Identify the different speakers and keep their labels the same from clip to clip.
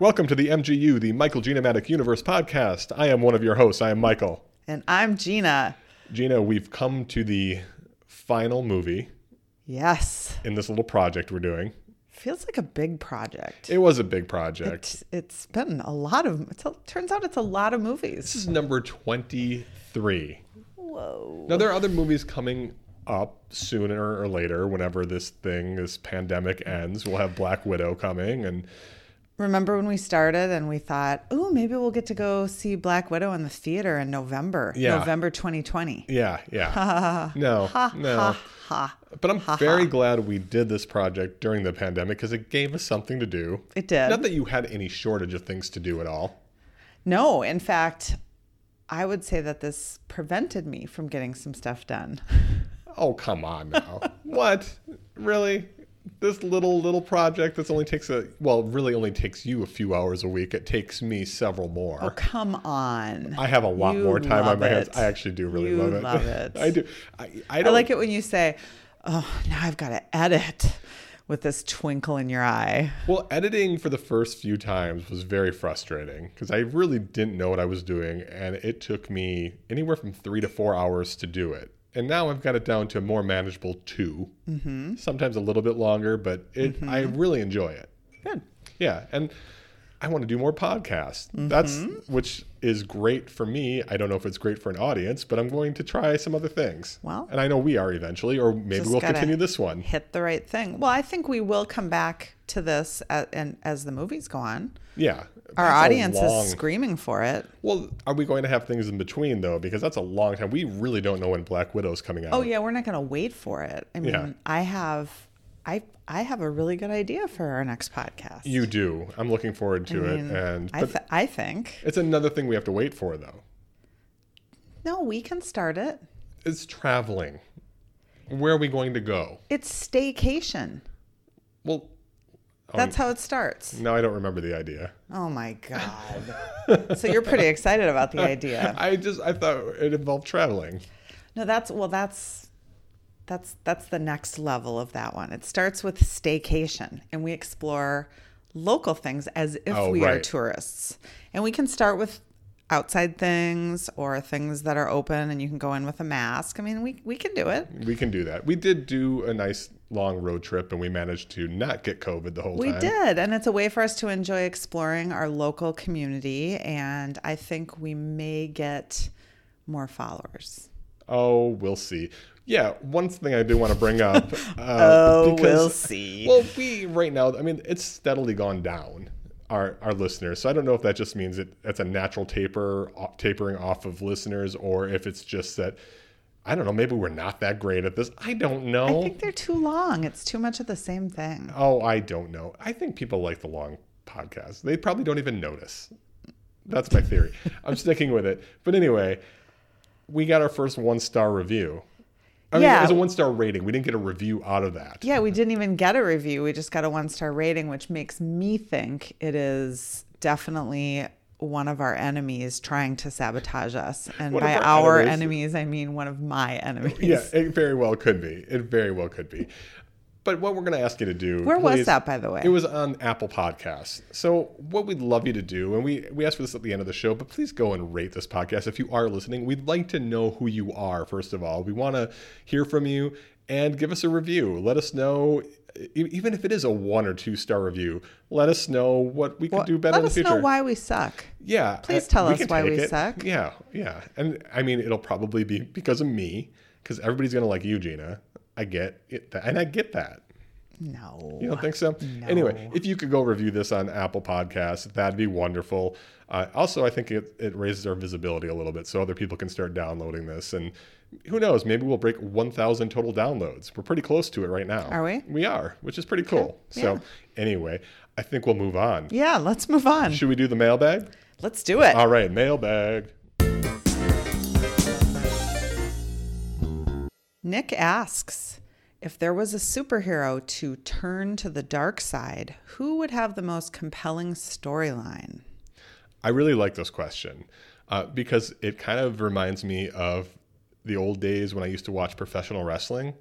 Speaker 1: Welcome to the MGU, the Michael Genomatic Universe podcast. I am one of your hosts. I am Michael.
Speaker 2: And I'm Gina.
Speaker 1: Gina, we've come to the final movie
Speaker 2: Yes.
Speaker 1: in this little project we're doing.
Speaker 2: Feels like a big project.
Speaker 1: It was a big project.
Speaker 2: It's, it's been a lot of, it's a, turns out it's a lot of movies.
Speaker 1: This is number 23.
Speaker 2: Whoa.
Speaker 1: Now, there are other movies coming up sooner or later, whenever this thing, this pandemic ends. We'll have Black Widow coming, and
Speaker 2: Remember when we started and we thought, oh, maybe we'll get to go see Black Widow in the theater in November,
Speaker 1: Yeah.
Speaker 2: November 2020.
Speaker 1: yeah, yeah. no, no.
Speaker 2: Ha.
Speaker 1: But I'm very glad we did this project during the pandemic because it gave us something to do.
Speaker 2: It did.
Speaker 1: Not that you had any shortage of things to do at all.
Speaker 2: No, in fact, I would say that this prevented me from getting some stuff done.
Speaker 1: Oh, come on now. what? Really? This little, little project that's only takes a, well, really only takes you a few hours a week. It takes me several more.
Speaker 2: Oh, come on.
Speaker 1: I have a lot
Speaker 2: You
Speaker 1: more time on
Speaker 2: love
Speaker 1: my hands.
Speaker 2: it.
Speaker 1: I actually do really
Speaker 2: You
Speaker 1: love it.
Speaker 2: love it.
Speaker 1: I do. I, I
Speaker 2: I
Speaker 1: don't
Speaker 2: like it when you say, oh, now I've got to edit with this twinkle in your eye.
Speaker 1: Well, editing for the first few times was very frustrating because I really didn't know what I was doing, and it took me anywhere from three to four hours to do it. And now I've got it down to a more manageable 2 mm-hmm. sometimes a little bit longer, but it I really enjoy it.
Speaker 2: Mm-hmm. Good.
Speaker 1: Yeah, and I want to do more podcasts.
Speaker 2: Mm-hmm.
Speaker 1: That's which is great for me. I don't know if it's great for an audience, but I'm going to try some other things.
Speaker 2: Well-
Speaker 1: and I know we are eventually, or maybe
Speaker 2: Just
Speaker 1: we'll
Speaker 2: gotta-
Speaker 1: continue this one.
Speaker 2: Hit the right thing. Well, I think we will come back to this as, and as the movies go on.
Speaker 1: Yeah,
Speaker 2: Our
Speaker 1: That's a
Speaker 2: audience
Speaker 1: long-
Speaker 2: is screaming for it.
Speaker 1: Well, are we going to have things in between though? Because that's a long time. We really don't know when Black Widow's coming out.
Speaker 2: Oh yeah, we're not going to wait for it. I mean,
Speaker 1: Yeah.
Speaker 2: I have I I have a really good idea for our next podcast.
Speaker 1: You do. I'm looking forward to
Speaker 2: I
Speaker 1: it,
Speaker 2: mean,
Speaker 1: and
Speaker 2: I,
Speaker 1: but
Speaker 2: th- I think
Speaker 1: it's another thing we have to wait for though.
Speaker 2: no, we can start it.
Speaker 1: It's traveling. Where are we going to go?
Speaker 2: It's staycation.
Speaker 1: Well, Um,
Speaker 2: That's how it starts.
Speaker 1: no, I don't remember the idea.
Speaker 2: Oh my god. so you're pretty excited about the idea.
Speaker 1: I just I thought it involved traveling.
Speaker 2: No, that's well that's that's that's the next level of that one. It starts with staycation and we explore local things as if
Speaker 1: Oh,
Speaker 2: we are
Speaker 1: right.
Speaker 2: tourists. And we can start with outside things or things that are open and you can go in with a mask. I mean, we we can do it.
Speaker 1: We can do that. We did do a nice long road trip, and we managed to not get COVID the whole
Speaker 2: We
Speaker 1: time.
Speaker 2: did, and it's a way for us to enjoy exploring our local community and I think we may get more followers.
Speaker 1: Oh, we'll see. Yeah, one thing I do want to bring up. Uh,
Speaker 2: Oh, we'll
Speaker 1: because-
Speaker 2: see.
Speaker 1: Well, we right now, I mean, it's steadily gone down. Our, our listeners. So I don't know if that just means it, it's a natural taper o- tapering off of listeners, or if it's just that I don't know. Maybe we're not that great at this. I don't know.
Speaker 2: I think they're too long. It's too much of the same thing.
Speaker 1: oh, I don't know. I think people like the long podcasts. They probably don't even notice. That's my theory. I'm sticking with it. But anyway, we got our first one star review. I mean,
Speaker 2: Yeah.
Speaker 1: it was a one star rating. We didn't get a review out of that.
Speaker 2: Yeah, we didn't even get a review. We just got a one star rating, which makes me think it is definitely one of our enemies trying to sabotage us. And
Speaker 1: One of
Speaker 2: by
Speaker 1: our
Speaker 2: our
Speaker 1: enemies.
Speaker 2: enemies. I mean one of my enemies.
Speaker 1: Yeah, it very well could be. It very well could be. But what we're going to ask you to do.
Speaker 2: Where was
Speaker 1: please-
Speaker 2: that, by the way?
Speaker 1: It was on Apple Podcasts. So, what we'd love you to do, and we, we asked for this at the end of the show, but please go and rate this podcast if you are listening. We'd like to know who you are, first of all. We want to hear from you and give us a review. Let us know, e- even if it is a one or two star review, let us know what we could
Speaker 2: Well,
Speaker 1: do better
Speaker 2: Let
Speaker 1: in the
Speaker 2: us
Speaker 1: future.
Speaker 2: know why we suck.
Speaker 1: Yeah.
Speaker 2: Please
Speaker 1: I-
Speaker 2: tell
Speaker 1: we
Speaker 2: us
Speaker 1: can
Speaker 2: why
Speaker 1: take
Speaker 2: we
Speaker 1: it.
Speaker 2: suck.
Speaker 1: Yeah, yeah. And I mean, it'll probably be because of me, because everybody's going to like you, Gina. I get it. And I get that.
Speaker 2: No.
Speaker 1: You don't think so? Anyway, if you could go review this on Apple Podcasts, that'd be wonderful. Uh, also, I think it, it raises our visibility a little bit so other people can start downloading this. And who knows? Maybe we'll break 1,000 total downloads. We're pretty close to it right now.
Speaker 2: Are we?
Speaker 1: We are, which is pretty cool. So, anyway, I think we'll move on.
Speaker 2: Yeah, Uh, let's move on.
Speaker 1: Should we do the mailbag?
Speaker 2: Let's do it.
Speaker 1: All right, mailbag.
Speaker 2: Nick asks if there was a superhero to turn to the dark side, who would have the most compelling storyline?
Speaker 1: I really like this question uh, because it kind of reminds me of the old days when I used to watch professional wrestling.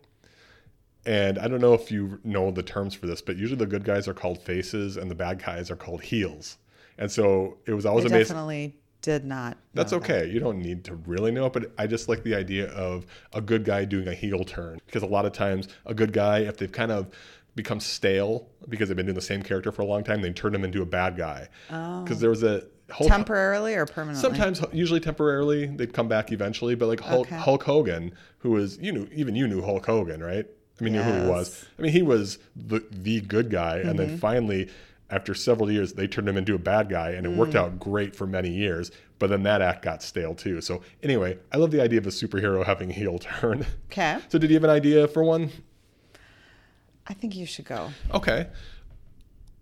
Speaker 1: And I don't know if you know the terms for this, but usually the good guys are called faces and the bad guys are called heels. And so it was always
Speaker 2: I
Speaker 1: amazing.
Speaker 2: definitely did not.
Speaker 1: That's
Speaker 2: know that.
Speaker 1: okay. You don't need to really know it, but I just like the idea of a good guy doing a heel turn because a lot of times a good guy, if they've kind of become stale because they've been doing the same character for a long time, they turn him into a bad guy.
Speaker 2: Oh.
Speaker 1: Because there was a whole
Speaker 2: Temporarily or permanently?
Speaker 1: uh, Sometimes, usually temporarily, they'd come back eventually. But like Hulk,
Speaker 2: Okay.
Speaker 1: Hulk Hogan, who was you knew even you knew Hulk Hogan, right? I mean, you knew who he was. I mean, he was the the good guy, and then finally, after several years, they turned him into a bad guy, and it worked out great for many years. But then that act got stale too. So anyway, I love the idea of a superhero having a heel turn.
Speaker 2: Okay.
Speaker 1: so did you have an idea for one?
Speaker 2: I think you should go.
Speaker 1: Okay.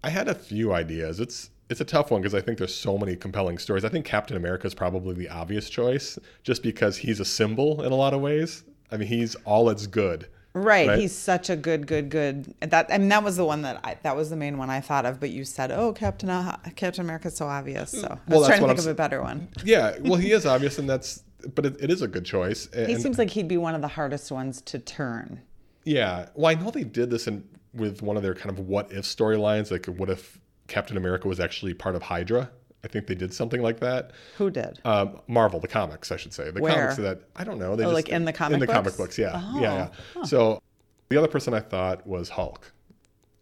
Speaker 1: I had a few ideas. It's it's a tough one because I think there's so many compelling stories. I think Captain America is probably the obvious choice just because he's a symbol in a lot of ways. I mean, he's all that's good.
Speaker 2: Right.
Speaker 1: Right.
Speaker 2: He's such a good, good, good. That I mean, that was the one that I, that was the main one I thought of. But you said, "Oh, Captain uh, Captain America's so obvious." So I
Speaker 1: Well, that's
Speaker 2: was trying to
Speaker 1: what
Speaker 2: think
Speaker 1: I'm
Speaker 2: of a better one.
Speaker 1: Yeah, well, he is obvious, and that's but it, it is a good choice. And,
Speaker 2: He seems like he'd be one of the hardest ones to turn.
Speaker 1: yeah, well, I know they did this in with one of their kind of what if storylines, like what if Captain America was actually part of Hydra? I think they did something like that.
Speaker 2: Who did?
Speaker 1: um, Marvel, the comics, I should say, the
Speaker 2: Where?
Speaker 1: comics that I don't know. They
Speaker 2: Oh,
Speaker 1: just,
Speaker 2: like in the comic
Speaker 1: in the comic
Speaker 2: books? Oh,
Speaker 1: books, yeah, yeah. yeah. So the other person I thought was Hulk.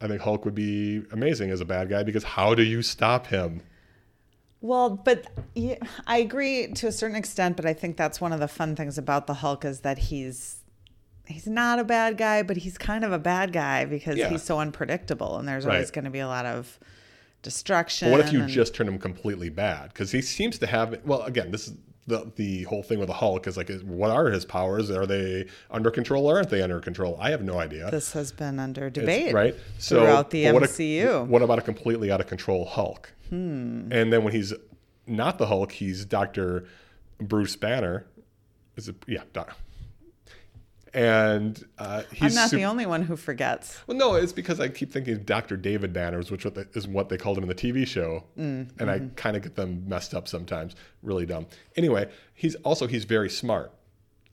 Speaker 1: I think Hulk would be amazing as a bad guy because how do you stop him?
Speaker 2: Well, but yeah, I agree to a certain extent, but I think that's one of the fun things about the Hulk is that he's he's not a bad guy, but he's kind of a bad guy because
Speaker 1: Yeah.
Speaker 2: he's so unpredictable and there's always
Speaker 1: Right.
Speaker 2: going to be a lot of destruction.
Speaker 1: But what if you
Speaker 2: and-
Speaker 1: just turn him completely bad? Because he seems to have. Well, again, this is the the whole thing with the Hulk is like, is- what are his powers? Are they under control or aren't they under control? I have no idea.
Speaker 2: this has been under
Speaker 1: It's-
Speaker 2: debate.
Speaker 1: right? So
Speaker 2: throughout the
Speaker 1: but what a-
Speaker 2: MCU.
Speaker 1: what about a completely out of control Hulk?
Speaker 2: Hmm.
Speaker 1: And then when he's not the Hulk, he's Doctor Bruce Banner. Is it? Yeah, Doc. And uh, he's
Speaker 2: I'm not
Speaker 1: sup-
Speaker 2: the only one who forgets.
Speaker 1: well, no, it's because I keep thinking of Dr. David Banners, which what the- is what they called him in the TV show,
Speaker 2: Mm,
Speaker 1: and I
Speaker 2: mm-hmm.
Speaker 1: kind of get them messed up sometimes. Really dumb. Anyway, he's also he's very smart.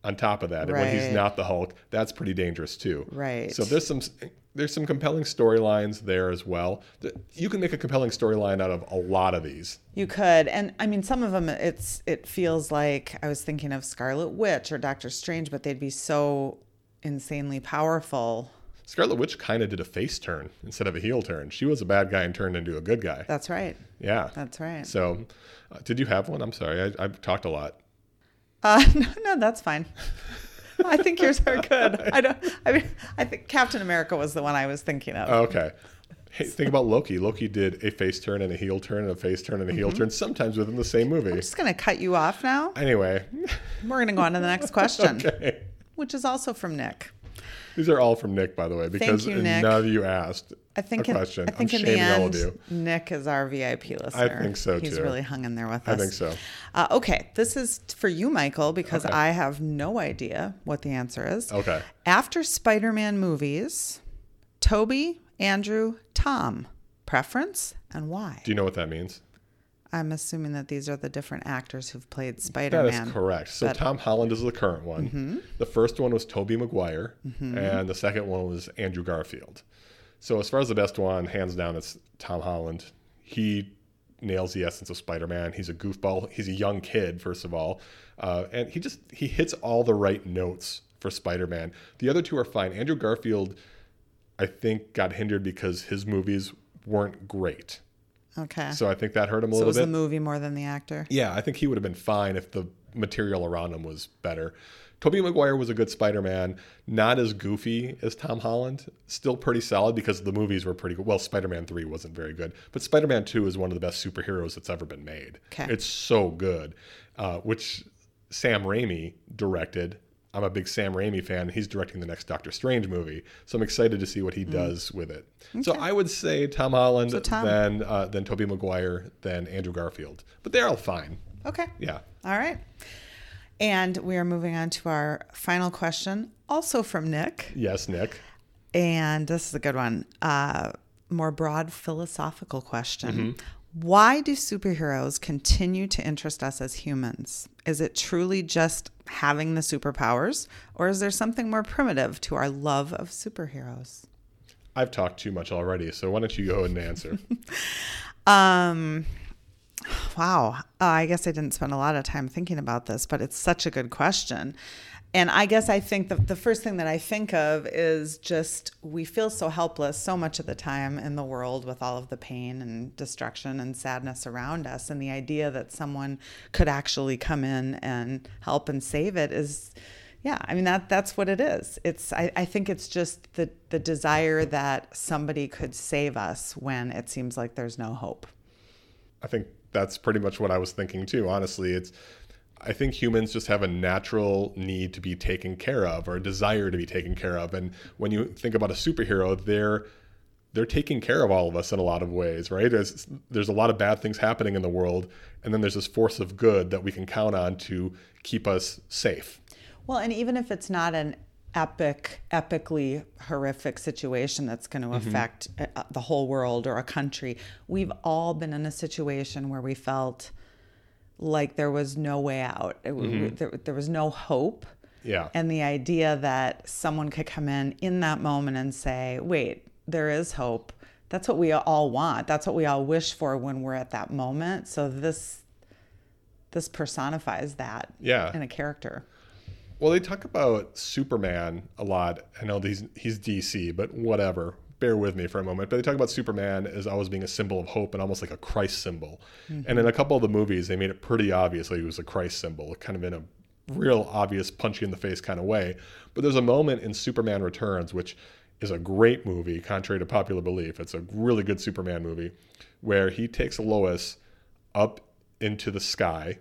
Speaker 1: On top of that, and when he's
Speaker 2: Right.
Speaker 1: not the Hulk, that's pretty dangerous too.
Speaker 2: Right.
Speaker 1: So there's some there's some compelling storylines there as well. Th- You can make a compelling storyline out of a lot of these.
Speaker 2: You could, and I mean, some of them, it's it feels like I was thinking of Scarlet Witch or Doctor Strange, but they'd be so insanely powerful.
Speaker 1: Scarlet Witch kind of did a face turn instead of a heel turn. She was a bad guy and turned into a good guy.
Speaker 2: That's right.
Speaker 1: Yeah.
Speaker 2: That's right.
Speaker 1: So, uh, did you have one? I'm sorry, I, I've talked a lot.
Speaker 2: Uh, no, no, that's fine. I think yours are good. I don't. I mean, I think Captain America was the one I was thinking of.
Speaker 1: Oh, Okay. Hey, think about Loki. Loki did a face turn and a heel turn and a face turn and a heel
Speaker 2: Mm-hmm.
Speaker 1: turn, sometimes within the same movie.
Speaker 2: I'm just gonna cut you off now.
Speaker 1: Anyway,
Speaker 2: We're gonna go on to the next question,
Speaker 1: okay.
Speaker 2: which is also from Nick.
Speaker 1: These are all from Nick, by the way, because
Speaker 2: you, Nick.
Speaker 1: none of you asked
Speaker 2: I think.
Speaker 1: a
Speaker 2: in-
Speaker 1: question.
Speaker 2: I think
Speaker 1: I'm
Speaker 2: in the
Speaker 1: shaming
Speaker 2: end,
Speaker 1: all of you.
Speaker 2: Nick is our VIP listener.
Speaker 1: think so,
Speaker 2: He's
Speaker 1: too.
Speaker 2: really hung in there with us.
Speaker 1: I think so.
Speaker 2: Uh, okay, this is for you, Michael, because I have no idea what the answer is.
Speaker 1: Okay.
Speaker 2: After Spider Man movies, Toby, Andrew, Tom, preference and why?
Speaker 1: Do you know what that means?
Speaker 2: I'm assuming that these are the different actors who've played Spider
Speaker 1: That Mm-hmm. is
Speaker 2: Man.
Speaker 1: correct. So Tom Holland is the current one. The first one was Tobey Maguire, and the second one was Andrew Garfield. So as far as the best one, hands down, it's Tom Holland. He nails the essence of Spider-Man. He's a goofball. He's a young kid, first of all, uh, and he just he hits all the right notes for Spider-Man. The other two are fine. Andrew Garfield, I think, got hindered because his movies weren't great.
Speaker 2: Okay. So,
Speaker 1: So I think that hurt him a
Speaker 2: it
Speaker 1: little
Speaker 2: was
Speaker 1: bit.
Speaker 2: the movie more than the actor.
Speaker 1: Yeah, I think he would have been fine if the material around him was better. Tobey Maguire was a good Spider-Man, not as goofy as Tom Holland. Still pretty solid because the movies were pretty good. Well, Spider-Man 3 wasn't very good, but Spider-Man 2 is one of the best superheroes that's ever been made.
Speaker 2: Okay.
Speaker 1: It's so good, uh, which Sam Raimi directed. I'm a big Sam Raimi fan. He's directing the next Doctor Strange movie, so I'm excited to see what he does with it. So I would say Tom Holland,
Speaker 2: Tom.
Speaker 1: then uh, then Tobey Maguire, then Andrew Garfield. But they're all fine.
Speaker 2: Okay.
Speaker 1: Yeah.
Speaker 2: All right. And we are moving on to our final question, also from Nick.
Speaker 1: Yes, Nick.
Speaker 2: And this is a good one. Uh, more broad philosophical question. Why do superheroes continue to interest us as humans? Is it truly just having the superpowers, or is there something more primitive to our love of superheroes?
Speaker 1: I've talked too much already, so why don't you go ahead and answer?
Speaker 2: Um, Wow. Uh, I guess I didn't spend a lot of time thinking about this, but it's such a good question. And I guess I think the, the first thing that I think of is just we feel so helpless so much of the time in the world with all of the pain and destruction and sadness around us. And the idea that someone could actually come in and help and save it is, yeah, I mean, that that's what it is. It's I, I think it's just the, the desire that somebody could save us when it seems like there's no hope.
Speaker 1: I think that's pretty much what I was thinking too. Honestly, it's I think humans just have a natural need to be taken care of or a desire to be taken care of. And when you think about a superhero, they're they're taking care of all of us in a lot of ways, right? There's there's a lot of bad things happening in the world, and then there's this force of good that we can count on to keep us safe.
Speaker 2: Well, and even if it's not an epic, epically horrific situation that's going to affect uh the whole world or a country. We've all been in a situation where we felt like there was no way out, It- there, there was no hope.
Speaker 1: Yeah.
Speaker 2: And the idea that someone could come in in that moment and say, wait, there is hope. That's what we all want. That's what we all wish for when we're at that moment. So this this personifies that
Speaker 1: Yeah.
Speaker 2: in a character.
Speaker 1: Well, they talk about Superman a lot. I know he's he's DC, but whatever. Bear with me for a moment. But they talk about Superman as always being a symbol of hope and almost like a Christ symbol. And in a couple of the movies, they made it pretty obvious that he was a Christ symbol, kind of in a real obvious punch you in the face kind of way. But there's a moment in Superman Returns, which is a great movie, contrary to popular belief. It's a really good Superman movie, where he takes Lois up into the sky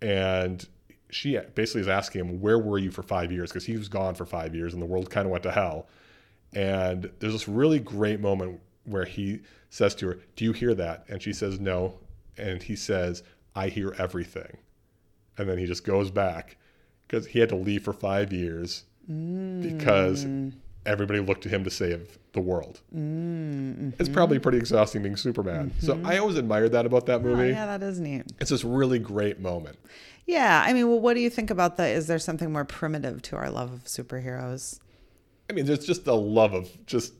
Speaker 1: and she basically is asking him where were you for five years because he was gone for five years and the world kind of went to hell and there's this really great moment where he says to her do you hear that and she says no and he says i hear everything and then he just goes back because he had to leave for five years because
Speaker 2: Mm.
Speaker 1: everybody looked to him to save the world
Speaker 2: Mm-hmm.
Speaker 1: it's probably pretty exhausting being superman so i always admired that about that
Speaker 2: Oh,
Speaker 1: movie
Speaker 2: Mm-hmm. yeah, that is neat.
Speaker 1: it's this really great moment
Speaker 2: Yeah, I mean, well, what do you think about the? Is there something more primitive to our love of superheroes?
Speaker 1: I mean, there's just the love of just.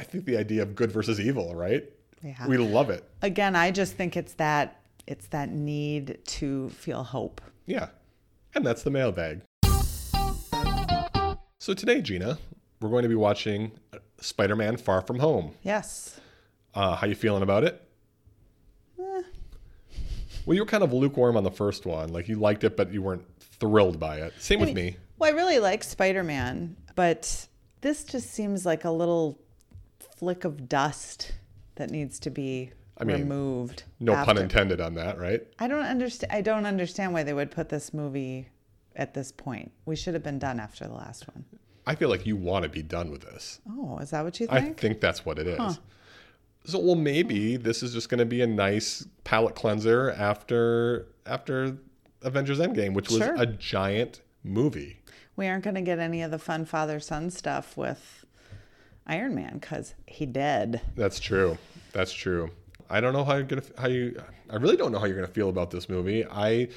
Speaker 1: I think the idea of good versus evil, right?
Speaker 2: Yeah.
Speaker 1: We love it.
Speaker 2: Again, I just think it's that it's that need to feel hope.
Speaker 1: Yeah, and that's the mailbag. So today, Gina, we're going to be watching Spider-Man: Far From Home.
Speaker 2: Yes.
Speaker 1: Uh, how you feeling about it?
Speaker 2: Eh.
Speaker 1: Well, you were kind of lukewarm on the first one. Like you liked it, but you weren't thrilled by it. Same with me.
Speaker 2: Well, I really like Spider Man, but this just seems like a little flick of dust that needs to be
Speaker 1: mean,
Speaker 2: removed.
Speaker 1: No pun
Speaker 2: after-
Speaker 1: intended on that, right?
Speaker 2: I don't understand. I don't understand why they would put this movie at this point. We should have been done after the last one.
Speaker 1: I feel like you want to be done with this.
Speaker 2: Oh, is that what you
Speaker 1: I
Speaker 2: think?
Speaker 1: think that's what it is. So well maybe this is just going to be a nice palate cleanser after after Avengers Endgame, which was
Speaker 2: Sure.
Speaker 1: a giant movie.
Speaker 2: We aren't going to get any of the fun father son stuff with Iron Man because he dead.
Speaker 1: That's true. That's true. I don't know how you're gonna how you. I really don't know how you're gonna feel about this movie. I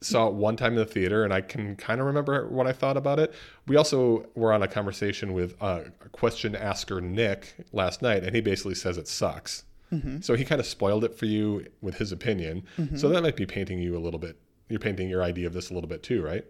Speaker 1: saw it one time in the theater, and I can kind of remember what I thought about it. We also were on a conversation with uh, a question asker Nick last night, and he basically says it sucks. So he kind of spoiled it for you with his opinion. So that might be painting you a little bit. You're painting your idea of this a little bit too, right?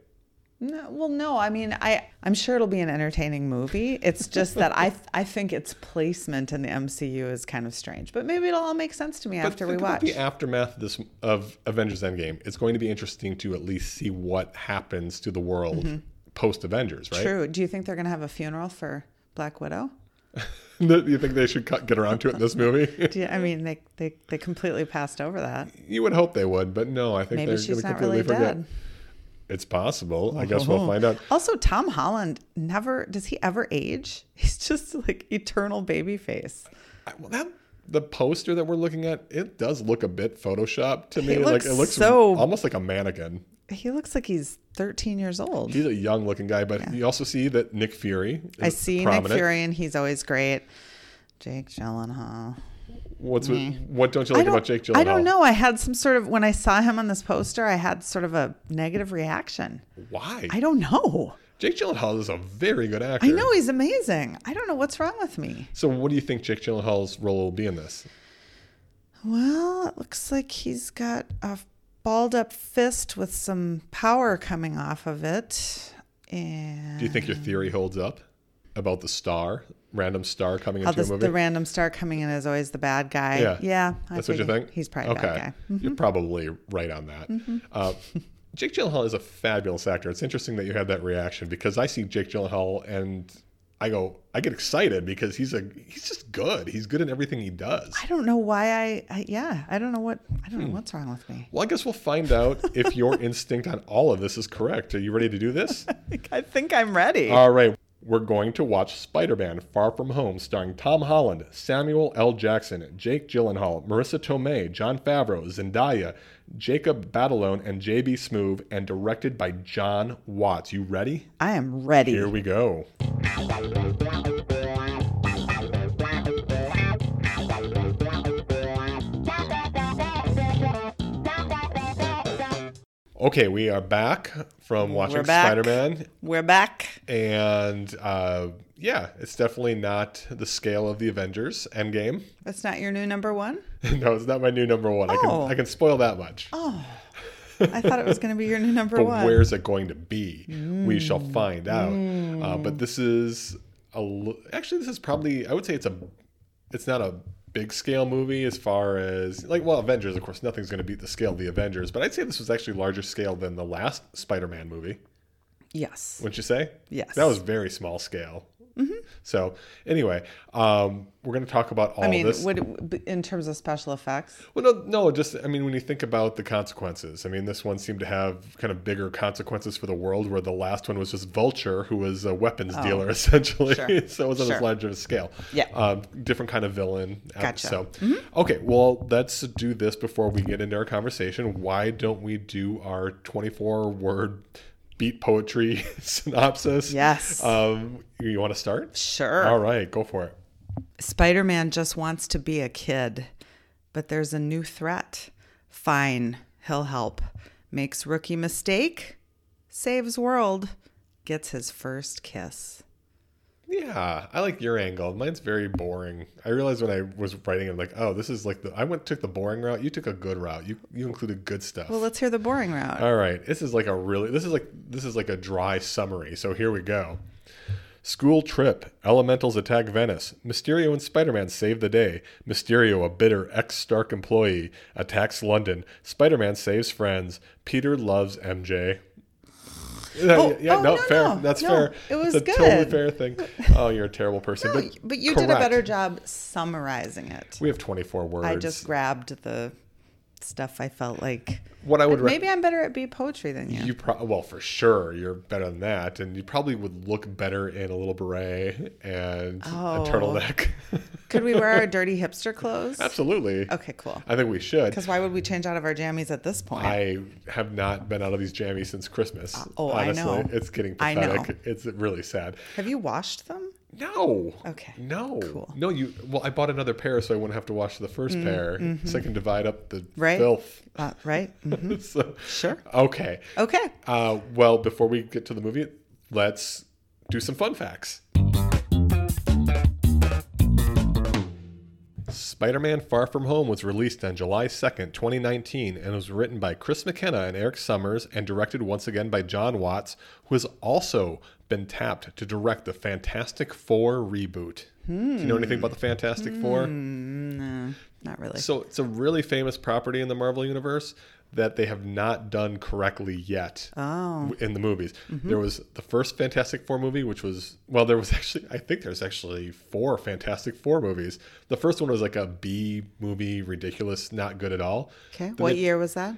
Speaker 2: No, well, no. I mean, I I'm sure it'll be an entertaining movie. It's just that I I think its placement in the MCU is kind of strange, but maybe it'll all make sense to me after we
Speaker 1: Think
Speaker 2: watch.
Speaker 1: about the aftermath of this of Avengers Endgame. It's going to be interesting to at least see what happens to the world post Avengers, right?
Speaker 2: Mm-hmm. True. Do you think they're going to have a funeral for Black Widow?
Speaker 1: Do you think they should cut, get around to it in this movie?
Speaker 2: Do you, I mean, they, they they completely passed over that.
Speaker 1: you would hope they would, but no, I think
Speaker 2: Maybe
Speaker 1: they're going
Speaker 2: she's
Speaker 1: to
Speaker 2: not
Speaker 1: completely
Speaker 2: really
Speaker 1: forget.
Speaker 2: dead. Oh.
Speaker 1: It's possible. I guess we'll find out.
Speaker 2: Also, Tom Holland never does he ever age? He's just like eternal baby face.
Speaker 1: I- Well, that the poster that we're looking at, it does look a bit photoshopped to me.
Speaker 2: It
Speaker 1: like
Speaker 2: looks
Speaker 1: it looks
Speaker 2: so-
Speaker 1: almost like a mannequin.
Speaker 2: He looks like he's 13 years old.
Speaker 1: He's a young looking guy, but you also see that Nick Fury. Is
Speaker 2: I see
Speaker 1: prominent.
Speaker 2: Nick Fury, and he's always great. Jake Gyllenhaal.
Speaker 1: What's with, what don't you
Speaker 2: I
Speaker 1: like
Speaker 2: don't,
Speaker 1: about Jake Gyllenhaal?
Speaker 2: I don't know. I had some sort of when I saw him on this poster, I had sort of a negative reaction.
Speaker 1: Why?
Speaker 2: I don't know.
Speaker 1: Jake Gyllenhaal is a very good actor.
Speaker 2: I know he's amazing. I don't know what's wrong with me.
Speaker 1: So, what do you think Jake Gyllenhaal's role will be in this?
Speaker 2: Well, it looks like he's got a balled up fist with some power coming off of it. And
Speaker 1: Do you think your theory holds up about the star, random star coming
Speaker 2: Oh,
Speaker 1: into
Speaker 2: this,
Speaker 1: a movie?
Speaker 2: the random star coming in is always the bad guy.
Speaker 1: Yeah.
Speaker 2: I
Speaker 1: That's what you
Speaker 2: figure
Speaker 1: think?
Speaker 2: He's probably the bad guy. Mm-hmm.
Speaker 1: You're probably right on that. Uh, Jake Gyllenhaal is a fabulous actor. It's interesting that you had that reaction because I see Jake Gyllenhaal and I go, I get excited because he's a he's just good. He's good in everything he does.
Speaker 2: I don't know why I, I yeah, I don't know what I don't know what's wrong with me.
Speaker 1: Well, I guess we'll find out if your instinct on all of this is correct. Are you ready to do this?
Speaker 2: I think I'm ready.
Speaker 1: All right, we're going to watch Spider Man Far From Home, starring Tom Holland, Samuel L. Jackson, Jake Gyllenhaal, Marissa Tomei, John Favreau, Zendaya, Jacob Batalone, and JB Smoove, and directed by John Watts. You ready?
Speaker 2: I am ready.
Speaker 1: Here we go. Okay, we are back from watching
Speaker 2: back.
Speaker 1: Spider Man
Speaker 2: We're back.
Speaker 1: and uh, yeah, it's definitely not the scale of the Avengers Endgame.
Speaker 2: That's not your new number one?
Speaker 1: no, it's not my new number one. I
Speaker 2: Oh.
Speaker 1: can I can spoil that much.
Speaker 2: I thought it was going to be your new number
Speaker 1: but
Speaker 2: one.
Speaker 1: where's it going to be? We shall
Speaker 2: Mm.
Speaker 1: find out. Uh, but this is a l- actually this is probably I would say it's a it's not a big scale movie as far as like well Avengers of course nothing's going to beat the scale of the Avengers, but I'd say this was actually larger scale than the last Spider-Man movie.
Speaker 2: Yes.
Speaker 1: Wouldn't you say?
Speaker 2: Yes. Mm-hmm.
Speaker 1: That was very small scale. So anyway, um, we're going to talk about all
Speaker 2: I mean,
Speaker 1: this.
Speaker 2: would it- in terms of special effects,
Speaker 1: well, no, no, just I mean, when you think about the consequences, I mean, this one seemed to have kind of bigger consequences for the world, where the last one was just Vulture, who was a weapons dealer essentially.
Speaker 2: Oh, Sure.
Speaker 1: so it was on
Speaker 2: Sure.
Speaker 1: a larger scale.
Speaker 2: Yeah.
Speaker 1: Um, different kind of villain. Uh,
Speaker 2: Gotcha. Mm-hmm.
Speaker 1: So okay, well, let's do this before we get into our conversation. Why don't we do our twenty-four word beat poetry synopsis?
Speaker 2: Yes.
Speaker 1: Um, you want to start?
Speaker 2: sure.
Speaker 1: All right, go for it.
Speaker 2: Spider Man just wants to be a kid, but there's a new threat. Fine, he'll help. Makes rookie mistake, saves world, gets his first kiss.
Speaker 1: Yeah, I like your angle. Mine's very boring. I realized when I was writing, I'm like, oh, this is like the I went took the boring route. You took a good route. You you included good stuff.
Speaker 2: Well, let's hear the boring route.
Speaker 1: All right. This is like a really this is like this is like a dry summary. So here we go. School trip. Elementals attack Venice. Mysterio and Spider-Man save the day. Mysterio, a bitter ex-Stark employee, attacks London. Spider-Man saves friends. Peter loves MJ.
Speaker 2: Oh, oh, no,
Speaker 1: fair.
Speaker 2: no,
Speaker 1: That's
Speaker 2: no.
Speaker 1: fair.
Speaker 2: It was
Speaker 1: That's a totally
Speaker 2: good.
Speaker 1: fair thing. Oh, you're a terrible person. but,
Speaker 2: But you did a
Speaker 1: correct.
Speaker 2: better job summarizing it.
Speaker 1: We have 24 words.
Speaker 2: I just grabbed the stuff I felt like.
Speaker 1: what I would re-
Speaker 2: Maybe I'm better at beat poetry than you.
Speaker 1: You pro- well for sure you're better than that, and you probably would look better in a little beret and
Speaker 2: Oh.
Speaker 1: a turtleneck.
Speaker 2: Could we wear our dirty hipster clothes?
Speaker 1: Absolutely,
Speaker 2: Okay, cool.
Speaker 1: I think we should.
Speaker 2: Because why would we change out of our jammies at this point?
Speaker 1: I have not been out of these jammies since Christmas.
Speaker 2: oh, I
Speaker 1: honestly.
Speaker 2: know.
Speaker 1: It's getting
Speaker 2: I know.
Speaker 1: pathetic. It's really sad.
Speaker 2: Have you washed them?
Speaker 1: No.
Speaker 2: Okay.
Speaker 1: No.
Speaker 2: Cool. Mm,
Speaker 1: No, you. Well, I bought another pair, so I wouldn't have to wash the 1st pair, so I can divide up the
Speaker 2: mm-hmm. Right.
Speaker 1: filth.
Speaker 2: Uh, right? Mhm.
Speaker 1: So-
Speaker 2: Sure.
Speaker 1: Okay.
Speaker 2: Okay.
Speaker 1: Uh, well, before we get to the movie, let's do some fun facts. Spider Man Far From Home was released on July 2nd, 2019, and was written by Chris McKenna and Eric Summers and directed once again by John Watts, who has also been tapped to direct the Fantastic Four reboot. Do you know anything about the Fantastic Four?
Speaker 2: Mm, Not really.
Speaker 1: So it's a really famous property in the Marvel universe that they have not done correctly yet w- in the movies. There was the first Fantastic Four movie, which was well, there was actually I think there's actually four Fantastic Four movies. The first one was like a B movie, ridiculous, not good at all.
Speaker 2: Okay.
Speaker 1: Then
Speaker 2: What
Speaker 1: they-
Speaker 2: year was that?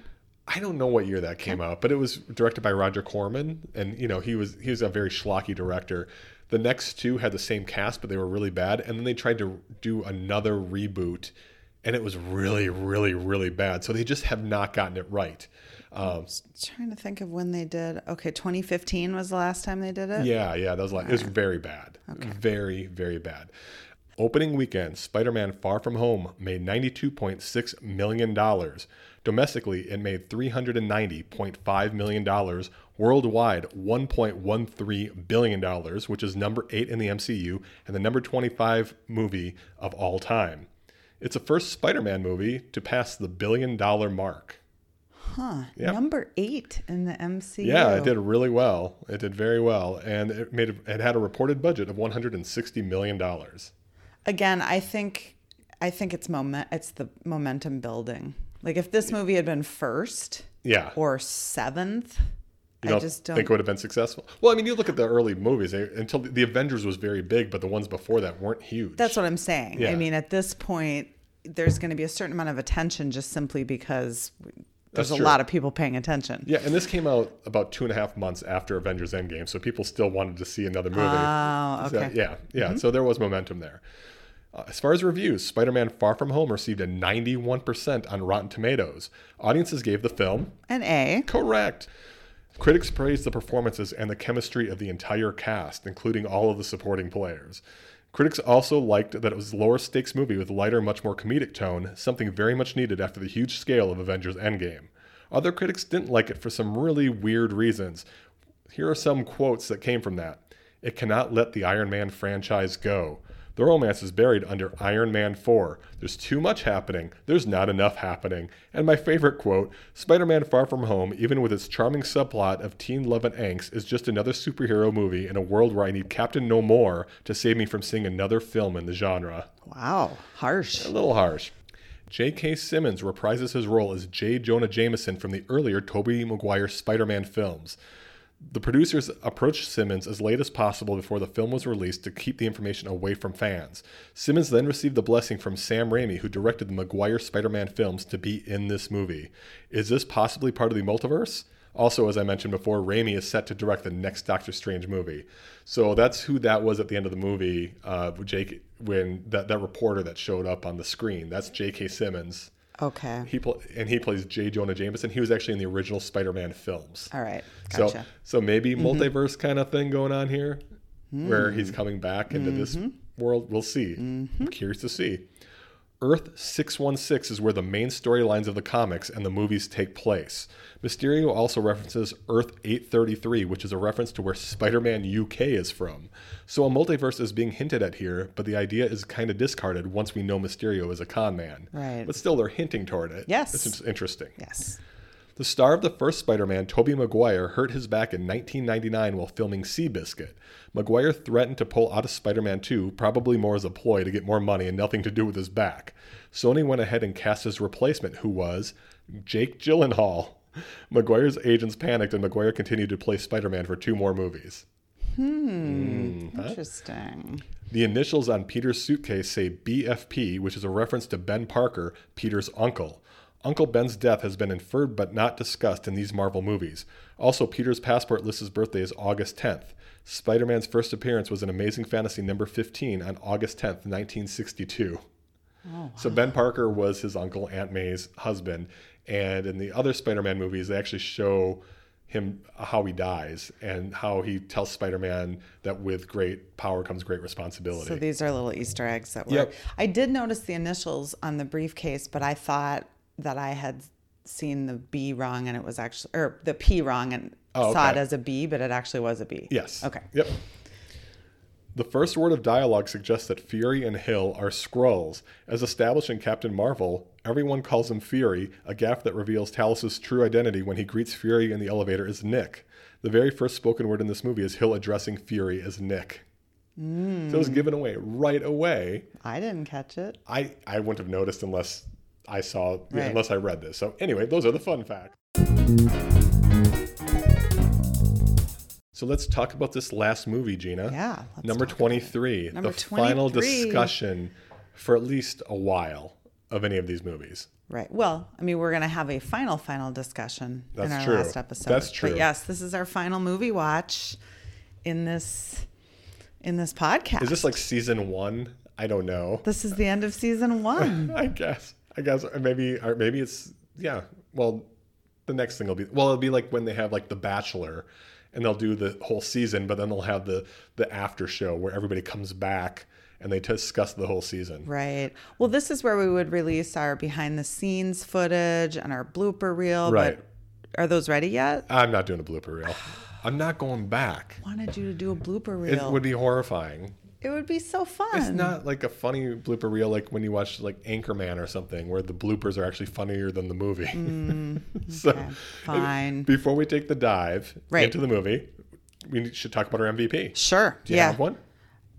Speaker 1: I don't know what year that came out, but it was directed by Roger Corman, and you know he was he was a very schlocky director. The next two had the same cast, but they were really bad, and then they tried to do another reboot, and it was really, really, really bad. So they just have not gotten it right. Um,
Speaker 2: trying to think of when they did. Okay, 2015 was the last time they did it.
Speaker 1: yeah, yeah, that was like it was very bad, very, very bad. Opening weekend, Spider-Man: Far From Home made ninety-two point six million dollars. Domestically, it made three hundred and ninety point five million dollars. Worldwide, one point one three billion dollars, which is number eight in the MCU and the number twenty-five movie of all time. It's the first Spider Man movie to pass the billion dollar mark.
Speaker 2: Huh.
Speaker 1: Yeah.
Speaker 2: Number eight in the MCU.
Speaker 1: Yeah, it did really well. It did very well, and it made it had a reported budget of 160 million dollars.
Speaker 2: Again, I think I think it's moment it's the momentum building. Like if this movie had been first
Speaker 1: Yeah,
Speaker 2: or seventh,
Speaker 1: you don't
Speaker 2: I just don't
Speaker 1: think it would have been successful. Well, I mean, you look at the early movies they, until the Avengers was very big, but the ones before that weren't huge.
Speaker 2: That's what I'm saying.
Speaker 1: Yeah.
Speaker 2: I mean, at this point, there's going to be a certain amount of attention just simply because there's
Speaker 1: That's
Speaker 2: a
Speaker 1: true.
Speaker 2: lot of people paying attention.
Speaker 1: yeah, and this came out about two and a half months after Avengers Endgame, so people still wanted to see another movie.
Speaker 2: Oh,
Speaker 1: So,
Speaker 2: okay.
Speaker 1: yeah, yeah. So there was momentum there. Uh, as far as reviews, Spider Man Far From Home received a 91% on Rotten Tomatoes. Audiences gave the film
Speaker 2: An A.
Speaker 1: Correct. Critics praised the performances and the chemistry of the entire cast, including all of the supporting players. Critics also liked that it was a lower stakes movie with lighter, much more comedic tone, something very much needed after the huge scale of Avengers Endgame. Other critics didn't like it for some really weird reasons. Here are some quotes that came from that. It cannot let the Iron Man franchise go. The romance is buried under Iron Man 4. There's too much happening. There's not enough happening. And my favorite quote Spider Man Far From Home, even with its charming subplot of teen love and angst, is just another superhero movie in a world where I need Captain No More to save me from seeing another film in the genre.
Speaker 2: Wow. Harsh.
Speaker 1: A little harsh. J.K. Simmons reprises his role as J. Jonah Jameson from the earlier Tobey Maguire Spider Man films. The producers approached Simmons as late as possible before the film was released to keep the information away from fans. Simmons then received the blessing from Sam Raimi, who directed the Maguire Spider Man films, to be in this movie. Is this possibly part of the multiverse? Also, as I mentioned before, Raimi is set to direct the next Doctor Strange movie. So that's who that was at the end of the movie. Uh, Jake, when that, that reporter that showed up on the screen, that's J.K. Simmons.
Speaker 2: Okay.
Speaker 1: He pl- and he plays J. Jonah Jameson. He was actually in the original Spider-Man films.
Speaker 2: All right.
Speaker 1: So,
Speaker 2: Gotcha. Mm-hmm.
Speaker 1: so maybe multiverse kind of thing going on here, where he's
Speaker 2: Hmm.
Speaker 1: coming back into this
Speaker 2: Mm-hmm.
Speaker 1: world. We'll see. I'm curious to see. Earth 616 is where the main storylines of the comics and the movies take place. Mysterio also references Earth 833, which is a reference to where Spider Man UK is from. So a multiverse is being hinted at here, but the idea is kind of discarded once we know Mysterio is a con man.
Speaker 2: Right.
Speaker 1: But still, they're hinting toward it.
Speaker 2: Yes.
Speaker 1: It's interesting.
Speaker 2: yes.
Speaker 1: The star of the first Spider Man, Tobey Maguire, hurt his back in 1999 while filming Seabiscuit. Maguire threatened to pull out of Spider Man 2, probably more as a ploy to get more money and nothing to do with his back. Sony went ahead and cast his replacement, who was Jake Gyllenhaal. Maguire's agents panicked, and Maguire continued to play Spider Man for two more movies. Mm-hmm.
Speaker 2: Interesting.
Speaker 1: The initials on Peter's suitcase say BFP, which is a reference to Ben Parker, Peter's uncle. Uncle Ben's death has been inferred but not discussed in these Marvel movies. Also, Peter's passport lists his birthday as August 10th. Spider Man's first appearance was in Amazing Fantasy number 15 on August 10th, 1962. So Ben Parker was his uncle, Aunt May's husband, and in the other Spider-Man movies, they actually show him uh, how he dies and how he tells Spider-Man that with great power comes great responsibility.
Speaker 2: So these are little Easter eggs that were.
Speaker 1: Yep.
Speaker 2: I did notice the initials on the briefcase, but I thought that I had seen the B wrong and it was actually, or the P wrong and
Speaker 1: Oh,
Speaker 2: saw it
Speaker 1: okay.
Speaker 2: as a B, but it actually was a B.
Speaker 1: yes.
Speaker 2: Okay.
Speaker 1: Yep. The first word of dialogue suggests that Fury and Hill are Skrulls. As established in Captain Marvel, everyone calls him Fury, a gaffe that reveals Talos' true identity when he greets Fury in the elevator as Nick. The very first spoken word in this movie is Hill addressing Fury as Nick. So it was given away right away.
Speaker 2: I didn't catch it.
Speaker 1: I, I wouldn't have noticed unless I saw,
Speaker 2: Right.
Speaker 1: unless I read this. So anyway, those are the fun facts. So let's talk about this last movie, Gina.
Speaker 2: Yeah. let's
Speaker 1: Number
Speaker 2: talk.
Speaker 1: 23,
Speaker 2: Number
Speaker 1: the final
Speaker 2: 23.
Speaker 1: discussion for at least a while of any of these movies.
Speaker 2: Right. Well, I mean, we're going to have a final, final discussion in
Speaker 1: That's
Speaker 2: our
Speaker 1: true.
Speaker 2: last episode.
Speaker 1: That's true.
Speaker 2: But yes, this is our final movie watch in this in this podcast.
Speaker 1: Is this like season one? I don't know.
Speaker 2: this is the end of season one.
Speaker 1: I guess. I guess or maybe or maybe it's yeah. Well, the next thing will be well, it'll be like when they have like The Bachelor, and they'll do the whole season, but then they'll have the the after show where everybody comes back and they discuss the whole season.
Speaker 2: right. Well, this is where we would release our behind the scenes footage and our blooper reel.
Speaker 1: Right.
Speaker 2: But are those ready yet?
Speaker 1: I'm not doing a blooper reel. I'm not going back.
Speaker 2: wanted you to do a blooper
Speaker 1: It
Speaker 2: reel.
Speaker 1: would be horrifying.
Speaker 2: It would be so fun.
Speaker 1: It's not like a funny blooper reel like when you watch like Anchorman or something where the bloopers are actually funnier than the movie. so
Speaker 2: Okay, fine.
Speaker 1: before we take the dive
Speaker 2: Right.
Speaker 1: into the movie, we should talk about our MVP.
Speaker 2: Sure.
Speaker 1: Do you
Speaker 2: yeah.
Speaker 1: have one?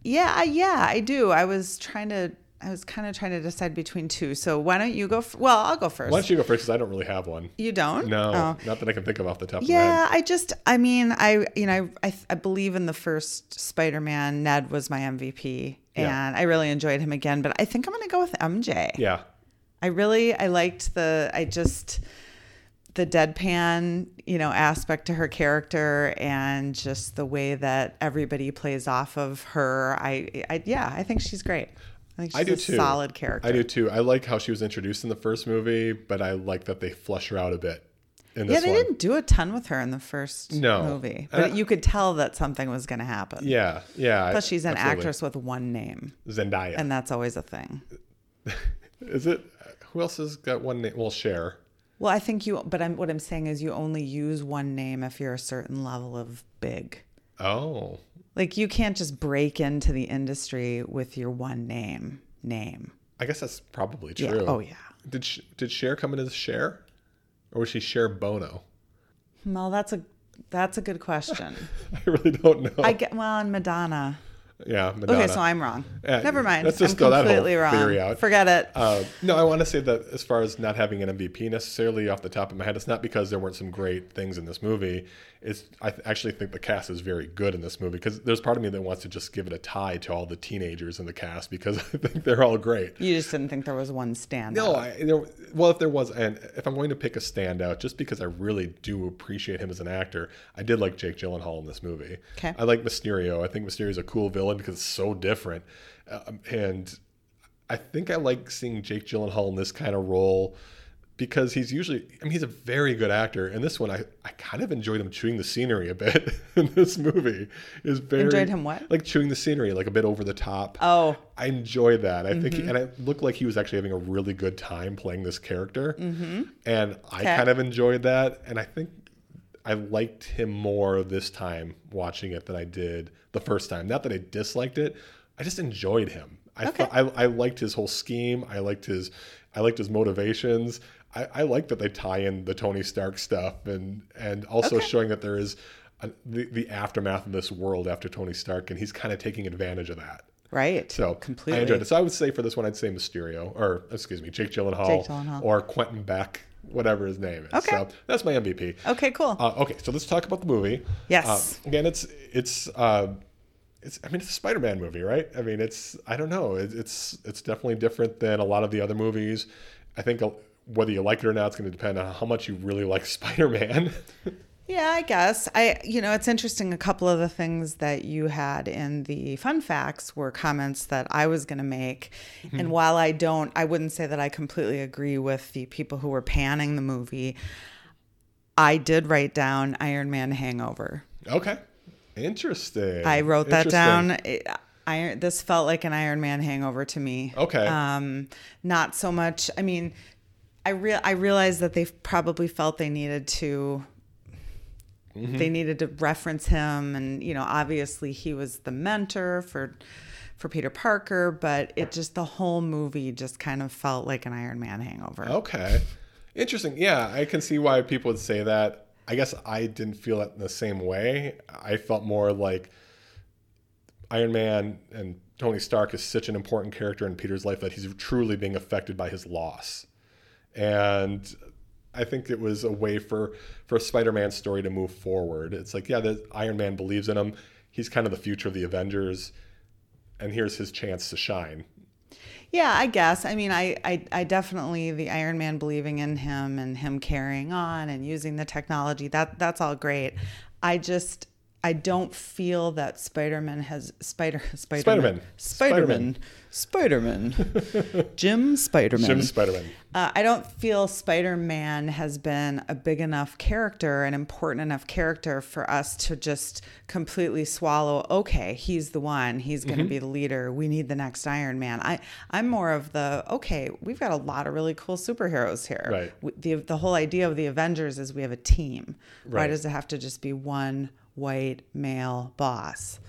Speaker 2: Yeah, I- yeah, I do. I was trying to. I was kind of trying to decide between two. So why don't you go? F- well, I'll go first.
Speaker 1: Why don't you go first? Because I don't really have one.
Speaker 2: you don't?
Speaker 1: No,
Speaker 2: Oh.
Speaker 1: not that I can think of off the top of my head.
Speaker 2: Yeah, I just, I mean, I, you know, I, I, I believe in the first Spider-Man. Ned was my MVP,
Speaker 1: Yeah.
Speaker 2: and I really enjoyed him again. But I think I'm going to go with MJ.
Speaker 1: Yeah.
Speaker 2: I really, I liked the, I just, the deadpan, you know, aspect to her character, and just the way that everybody plays off of her. I, I yeah, I think she's great. I think she's
Speaker 1: I do
Speaker 2: a
Speaker 1: too.
Speaker 2: solid character.
Speaker 1: I do too. I like how she was introduced in the first movie, but I like that they flush her out a bit in
Speaker 2: Yeah,
Speaker 1: this
Speaker 2: they
Speaker 1: one.
Speaker 2: didn't do a ton with her in the first
Speaker 1: No.
Speaker 2: movie,
Speaker 1: And
Speaker 2: but
Speaker 1: I-
Speaker 2: you could tell that something was going to happen.
Speaker 1: Yeah, yeah.
Speaker 2: Plus, she's an
Speaker 1: absolutely.
Speaker 2: actress with one name,
Speaker 1: Zendaya.
Speaker 2: and that's always a thing.
Speaker 1: is it? Who else has got one name? Well, Cher.
Speaker 2: Well, I think you, but I'm, what I'm saying is you only use one name if you're a certain level of big.
Speaker 1: Oh,
Speaker 2: Like, you can't just break into the industry with your one name. Name.
Speaker 1: I guess that's probably
Speaker 2: Yeah.
Speaker 1: true.
Speaker 2: Oh, yeah.
Speaker 1: Did sh- did Cher come in as Cher, or was she Cher Bono?
Speaker 2: Well, that's a that's a good question.
Speaker 1: I really don't know.
Speaker 2: I get well, and Madonna.
Speaker 1: yeah, Madonna.
Speaker 2: Okay, so I'm wrong.
Speaker 1: Yeah,
Speaker 2: Never mind.
Speaker 1: let's just
Speaker 2: I'm
Speaker 1: throw that whole
Speaker 2: completely
Speaker 1: theory
Speaker 2: wrong.
Speaker 1: out.
Speaker 2: Forget it.
Speaker 1: Uh, no, I want to say that as far as not having an MVP necessarily off the top of my head, it's not because there weren't some great things in this movie. It's I th- actually think the cast is very good in this movie because there's part of me that wants to just give it a tie to all the teenagers in the cast because I think they're all great.
Speaker 2: you just didn't think there was one standout.
Speaker 1: No, I, there, well, if there was, and if I'm going to pick a standout, just because I really do appreciate him as an actor, I did like Jake Gyllenhaal in this movie.
Speaker 2: Okay.
Speaker 1: I like Mysterio. I think Mysterio's a cool villain because it's so different, um, and I think I like seeing Jake Gyllenhaal in this kind of role because he's usually, I mean, he's a very good actor, and this one I, I kind of enjoyed him chewing the scenery a bit in this movie. Is very
Speaker 2: Enjoyed him what?
Speaker 1: Like chewing the scenery, like a bit over the top.
Speaker 2: Oh,
Speaker 1: I enjoy that. I think,
Speaker 2: Mm-hmm.
Speaker 1: he, and it looked like he was actually having a really good time playing this character, mm-hmm. and I
Speaker 2: Okay.
Speaker 1: kind of enjoyed that. And I think I liked him more this time watching it than I did the first time. Not that I disliked it, I just enjoyed him. I
Speaker 2: Okay.
Speaker 1: thought I, I liked his whole scheme. I liked his I liked his motivations. I, I like that they tie in the Tony Stark stuff and and also showing that there is. A, the, the aftermath of this world after Tony Stark, and he's kind of taking advantage of that.
Speaker 2: right.
Speaker 1: So
Speaker 2: completely.
Speaker 1: I enjoyed it. So I would say for this one, I'd say Mysterio, or excuse me, Jake Gyllenhaal,
Speaker 2: Jake Gyllenhaal.
Speaker 1: or Quentin Beck, whatever his name is.
Speaker 2: Okay.
Speaker 1: So that's my MVP.
Speaker 2: Okay, cool.
Speaker 1: Uh, okay, so let's talk about the movie.
Speaker 2: Yes.
Speaker 1: Uh, again, it's it's uh, it's. I mean, it's a Spider-Man movie, right? I mean, it's. I don't know. It, it's it's definitely different than a lot of the other movies. I think uh, whether you like it or not, it's going to depend on how much you really like Spider-Man.
Speaker 2: Yeah, I guess. I you know, it's interesting a couple of the things that you had in the fun facts were comments that I was going to make. And while I don't I wouldn't say that I completely agree with the people who were panning the movie, I did write down Iron Man hangover.
Speaker 1: okay. Interesting.
Speaker 2: I wrote that
Speaker 1: Interesting.
Speaker 2: down. It, Iron this felt like an Iron Man hangover to me.
Speaker 1: Okay.
Speaker 2: Um not so much. I mean, I real I realized that they probably felt they needed to
Speaker 1: Mm-hmm.
Speaker 2: they needed to reference him and you know obviously he was the mentor for for Peter Parker but it just the whole movie just kind of felt like an Iron Man hangover.
Speaker 1: Okay. Interesting. Yeah, I can see why people would say that. I guess I didn't feel it in the same way. I felt more like Iron Man and Tony Stark is such an important character in Peter's life that he's truly being affected by his loss. And I think it was a way for for Spider-Man's story to move forward. It's like, yeah, the Iron Man believes in him. He's kind of the future of the Avengers, and here's his chance to shine.
Speaker 2: Yeah, I guess. I mean, I, I, I definitely the Iron Man believing in him and him carrying on and using the technology. That that's all great. I just I don't feel that Spider-Man has Spider Spider-Man
Speaker 1: Spider-Man.
Speaker 2: Spider-Man Spider-Man Jim Spider-Man.
Speaker 1: Jim Spider-Man.
Speaker 2: Uh, I don't feel Spider Man has been a big enough character, an important enough character for us to just completely swallow. Okay, he's the one. He's going to
Speaker 1: Mm-hmm.
Speaker 2: be the leader. We need the next Iron Man. I I'm more of the okay. We've got a lot of really cool superheroes here.
Speaker 1: Right.
Speaker 2: W- The the whole idea of the Avengers is we have a team. Why
Speaker 1: Right.
Speaker 2: does it have to just be one white male boss?